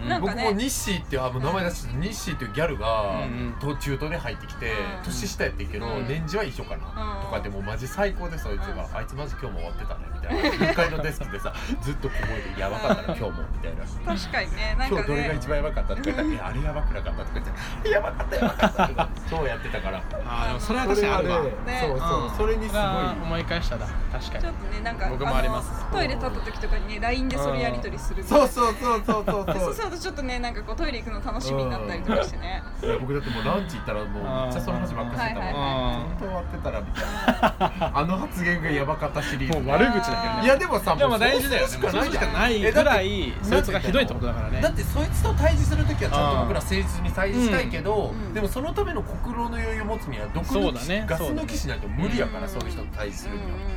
[SPEAKER 1] うん
[SPEAKER 3] なんか
[SPEAKER 5] 僕
[SPEAKER 3] ね
[SPEAKER 5] もニッシーっていうあもう名前出してニッシーっていうギャルが
[SPEAKER 1] うんうん
[SPEAKER 5] 途中途で入ってきて、
[SPEAKER 3] うん
[SPEAKER 5] 年下やってんけど、
[SPEAKER 3] うん
[SPEAKER 5] 年次は一緒かな、
[SPEAKER 3] うん
[SPEAKER 5] とかでもうマジ最高でそいつが、あいつマジ今日も終わってたねみたいな1階のデスクでさずっとこもりでやばかったな今日もみたいな。
[SPEAKER 3] 確かにねなん
[SPEAKER 5] 今
[SPEAKER 3] か
[SPEAKER 5] 日どれが
[SPEAKER 3] ね
[SPEAKER 5] 一番やばかったって 言ったらいやあれやばくなかったとか言ってやばかったやばかったとかそうやってたから
[SPEAKER 1] あーでもそれは確かにあるわ
[SPEAKER 3] ね
[SPEAKER 5] そう
[SPEAKER 1] うん
[SPEAKER 5] そうそれにすごい
[SPEAKER 1] あー思い返しただ確か
[SPEAKER 3] ちょ
[SPEAKER 1] に
[SPEAKER 3] っとねなんか
[SPEAKER 1] 僕もあります
[SPEAKER 3] のトイレ立った時とかにね LINE でそれやり取りするみたい
[SPEAKER 5] そ
[SPEAKER 3] な
[SPEAKER 5] うそうそうそうそう
[SPEAKER 3] そうす
[SPEAKER 5] そう
[SPEAKER 3] るとちょっとねなんかこうトイレ行くの楽しみになったりとかしてね
[SPEAKER 5] いや僕だってもうランチ行ったらもうめっちゃその話ばっかしてたも
[SPEAKER 3] はいはい
[SPEAKER 5] んず
[SPEAKER 1] はい
[SPEAKER 5] っと終わってたらみたいなあの発言がやばかったシリーズ
[SPEAKER 1] もう悪口だけどね
[SPEAKER 5] いやでもさ
[SPEAKER 1] でも大事だよね
[SPEAKER 5] も
[SPEAKER 1] も
[SPEAKER 5] う
[SPEAKER 1] う
[SPEAKER 5] そ
[SPEAKER 1] そうれ
[SPEAKER 5] し
[SPEAKER 1] し
[SPEAKER 5] か
[SPEAKER 1] か
[SPEAKER 5] な
[SPEAKER 1] ないい
[SPEAKER 5] じゃん
[SPEAKER 1] ぐらい
[SPEAKER 5] えだって
[SPEAKER 1] そいつがひどいってことだからね
[SPEAKER 5] だってそいつと対峙するときはちゃんと僕ら誠実に対峙したいけ
[SPEAKER 3] う
[SPEAKER 5] ど、
[SPEAKER 3] ん
[SPEAKER 5] でもそのための心の余裕を持つには毒
[SPEAKER 1] そ
[SPEAKER 5] の
[SPEAKER 1] うだ
[SPEAKER 5] 気、
[SPEAKER 1] ね
[SPEAKER 5] ガスの気しないと無理やから、
[SPEAKER 3] うん
[SPEAKER 5] そういう人と対峙す
[SPEAKER 3] うん
[SPEAKER 5] る
[SPEAKER 3] うん
[SPEAKER 5] に
[SPEAKER 3] う
[SPEAKER 5] は、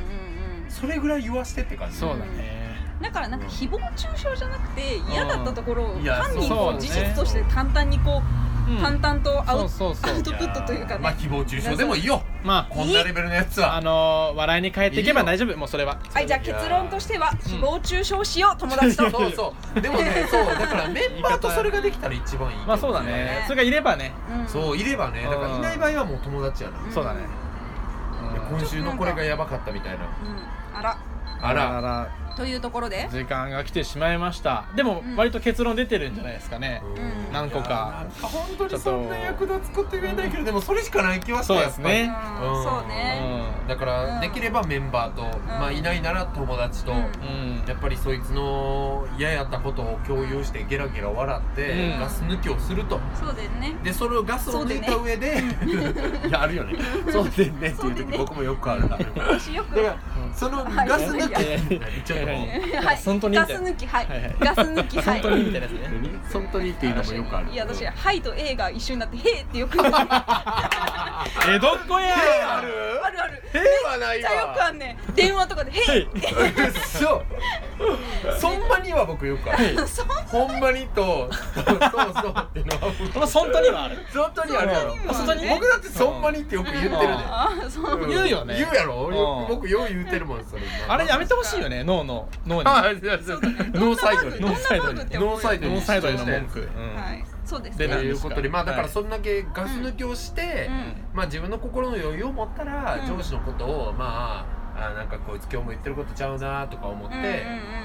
[SPEAKER 3] んうん
[SPEAKER 5] それぐらい言わしてって感じ
[SPEAKER 1] そうだね
[SPEAKER 3] だからなんか誹謗中傷じゃなくて嫌だったところを
[SPEAKER 5] うんいや
[SPEAKER 3] 単にこ
[SPEAKER 1] そうう
[SPEAKER 3] 事
[SPEAKER 1] ね
[SPEAKER 3] 実として淡々にこう淡々とアウ
[SPEAKER 1] そうそうそう
[SPEAKER 3] アウトプットというか
[SPEAKER 5] まあ
[SPEAKER 3] ね
[SPEAKER 5] 誹謗中傷でもいいよ
[SPEAKER 1] ま
[SPEAKER 5] こんなレベルのやつ
[SPEAKER 1] ああ
[SPEAKER 5] は
[SPEAKER 1] のー笑いに変えていけば大丈夫もうそれは
[SPEAKER 3] はいじゃあ結論としては誹謗中傷しよう友達と
[SPEAKER 5] そう そうでもねそうだからメンバーとそれができたら一番いいけどね
[SPEAKER 1] まあそうだねそれがいればね
[SPEAKER 3] うん
[SPEAKER 5] そういればねだからいない場合はもう友達やな、
[SPEAKER 3] ん
[SPEAKER 1] そうだね
[SPEAKER 5] で
[SPEAKER 1] うん
[SPEAKER 5] 今週のこれがやばかったみたいな
[SPEAKER 3] うんあら
[SPEAKER 5] あら
[SPEAKER 1] ら
[SPEAKER 3] というところで
[SPEAKER 1] 時間が来てしまいましたでも
[SPEAKER 3] うん
[SPEAKER 1] 割と結論出てるんじゃないですかね
[SPEAKER 3] うん
[SPEAKER 1] 何個か
[SPEAKER 5] いやなんか本当にそんな役立つこと言えないけどでもそれしかない気はし
[SPEAKER 1] そ
[SPEAKER 5] た
[SPEAKER 1] うです
[SPEAKER 3] う
[SPEAKER 1] ね
[SPEAKER 3] んそうね
[SPEAKER 1] う
[SPEAKER 5] だか
[SPEAKER 3] うん
[SPEAKER 5] らできればメンバーと、まあいないなら友達と、
[SPEAKER 3] うん
[SPEAKER 1] んうん
[SPEAKER 5] やっぱりそいつの嫌やったことを共有してゲラゲラ笑って、
[SPEAKER 1] うん
[SPEAKER 5] ガス抜きをすると
[SPEAKER 3] そうだよね
[SPEAKER 5] でそれをガスを抜いた上で いやあるよねそうでんねっていう
[SPEAKER 3] そうでん
[SPEAKER 5] 時
[SPEAKER 3] ね
[SPEAKER 5] 僕もよくあるなだか
[SPEAKER 3] 私よく
[SPEAKER 5] らそのガス抜
[SPEAKER 1] いやい
[SPEAKER 5] き
[SPEAKER 1] やいや
[SPEAKER 5] ちょっともう
[SPEAKER 3] はい、
[SPEAKER 1] 本当にみ
[SPEAKER 3] ガ
[SPEAKER 1] た
[SPEAKER 3] ス
[SPEAKER 1] いな
[SPEAKER 3] 抜きはい、
[SPEAKER 1] はいはい
[SPEAKER 3] ガス抜きはい
[SPEAKER 1] 本当にみたいなやつ ね
[SPEAKER 5] 何本当にっていうのもよくある
[SPEAKER 3] いや私「はい」と「A」が一緒になって「へ」ってよく 言うあ
[SPEAKER 1] 江戸っ子や
[SPEAKER 5] ある
[SPEAKER 3] るある
[SPEAKER 5] えはな
[SPEAKER 3] めっ
[SPEAKER 5] い
[SPEAKER 3] ちゃよくあ
[SPEAKER 5] わ
[SPEAKER 3] んねん電話とかで「へ」っ
[SPEAKER 5] そうそんまには僕よくある
[SPEAKER 3] てそう
[SPEAKER 5] ほんまにとそうそうっていうのは
[SPEAKER 1] この本当にはある
[SPEAKER 5] 本当にあるやろ
[SPEAKER 3] あ本当に
[SPEAKER 5] 僕だってそんまにってよく言ってるね
[SPEAKER 3] あーそう
[SPEAKER 1] 言うよね
[SPEAKER 5] 言うやろよ
[SPEAKER 1] うん
[SPEAKER 5] 僕よう言うてるもんそれ
[SPEAKER 1] あれやめてほしいよね脳の脳に
[SPEAKER 5] あそうそうノーサイドに
[SPEAKER 1] ノーサイドに
[SPEAKER 5] ノーサイドに
[SPEAKER 1] 脳サイドへの文句うん
[SPEAKER 3] はいそうです
[SPEAKER 5] と
[SPEAKER 1] でな
[SPEAKER 3] ね
[SPEAKER 5] いうことでまあだか
[SPEAKER 1] は
[SPEAKER 5] ら
[SPEAKER 1] い
[SPEAKER 5] そんだけガス抜きをして、
[SPEAKER 3] うん
[SPEAKER 5] まあ自分の心の余裕を持ったら、
[SPEAKER 3] うん
[SPEAKER 5] 上司のことをまああなんかこいつ今日も言ってることちゃうなとか思って、
[SPEAKER 3] うんうんうん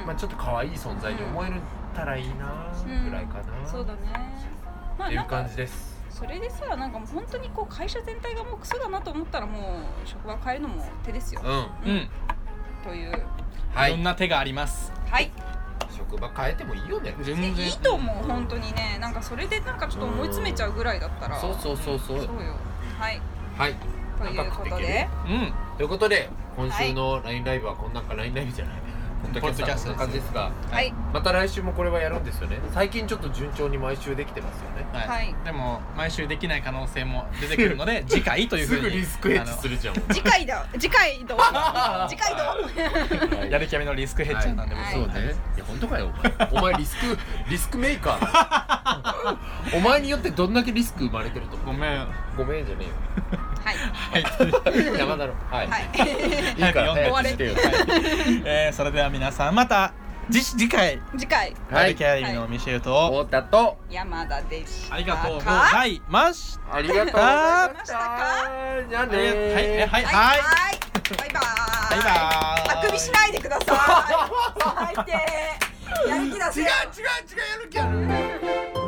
[SPEAKER 5] まあちょっと可愛い存在に思えたらいいな
[SPEAKER 3] うん
[SPEAKER 5] ぐらいかな、
[SPEAKER 3] そうだねまあ
[SPEAKER 5] ってい
[SPEAKER 3] な
[SPEAKER 5] うん感
[SPEAKER 3] か
[SPEAKER 5] じです。
[SPEAKER 3] それでさなんかもう本当にこう会社全体がもうクソだなと思ったらもう職場変えるのも手ですよ
[SPEAKER 5] うん、
[SPEAKER 1] うん
[SPEAKER 3] という
[SPEAKER 5] はい
[SPEAKER 1] ろん
[SPEAKER 5] い、
[SPEAKER 1] な手があります
[SPEAKER 3] はい
[SPEAKER 5] 職場変えてもいいよね。
[SPEAKER 1] 全
[SPEAKER 3] で
[SPEAKER 1] 然
[SPEAKER 3] いいと思う本当にねなんかそれでなんかちょっと思い詰めちゃうぐらいだったら
[SPEAKER 5] そうそうそうそ
[SPEAKER 3] そう
[SPEAKER 5] う。
[SPEAKER 3] よはい
[SPEAKER 5] はい。
[SPEAKER 3] ということで
[SPEAKER 1] うん
[SPEAKER 5] ということで今週のラインライブはこんなかラインライブじゃない。ポッドキャストの感じですが、
[SPEAKER 3] はい
[SPEAKER 5] また来週もこれはやるんですよね。最近ちょっと順調に毎週できてますよね。
[SPEAKER 1] はい、
[SPEAKER 3] はい
[SPEAKER 1] でも毎週できない可能性も出てくるの で次回というふうに
[SPEAKER 5] すぐリスクヘッジするじゃん。
[SPEAKER 3] 次回だ次回 どう次回どう
[SPEAKER 1] あのやる気ありのリスクヘッジャーなんで、
[SPEAKER 3] はい
[SPEAKER 5] そうね。いや本当かよ お前。お前リスクリスクメーカー だ。お前によってどんだけリスク生まれてると思
[SPEAKER 1] ご
[SPEAKER 5] う。
[SPEAKER 1] めん
[SPEAKER 5] ごめんじゃね
[SPEAKER 3] はい
[SPEAKER 1] はい、
[SPEAKER 5] えよ。 山だろ。はい。、
[SPEAKER 3] はいい
[SPEAKER 5] いから
[SPEAKER 1] 早
[SPEAKER 3] く
[SPEAKER 5] 早くしてよ。
[SPEAKER 1] えー、それでは皆さんまた次次回
[SPEAKER 3] 次回
[SPEAKER 1] は、
[SPEAKER 5] はいい
[SPEAKER 1] キャリーのミシェルと、
[SPEAKER 5] 太田と
[SPEAKER 3] 山田でした
[SPEAKER 1] ありがとうご
[SPEAKER 3] か
[SPEAKER 1] ざいました
[SPEAKER 5] ありがとうご
[SPEAKER 1] ざ
[SPEAKER 5] ざ
[SPEAKER 1] い
[SPEAKER 5] い
[SPEAKER 3] ま
[SPEAKER 5] ま
[SPEAKER 3] し
[SPEAKER 5] したた。じゃあね
[SPEAKER 1] はいはいは
[SPEAKER 5] ー。
[SPEAKER 1] い
[SPEAKER 3] は
[SPEAKER 1] はいい
[SPEAKER 3] はいバイバー
[SPEAKER 1] バイ
[SPEAKER 3] イ
[SPEAKER 1] バーイ
[SPEAKER 3] あくびしないでください最低やる気だ
[SPEAKER 5] 違う違う違うやる気ある。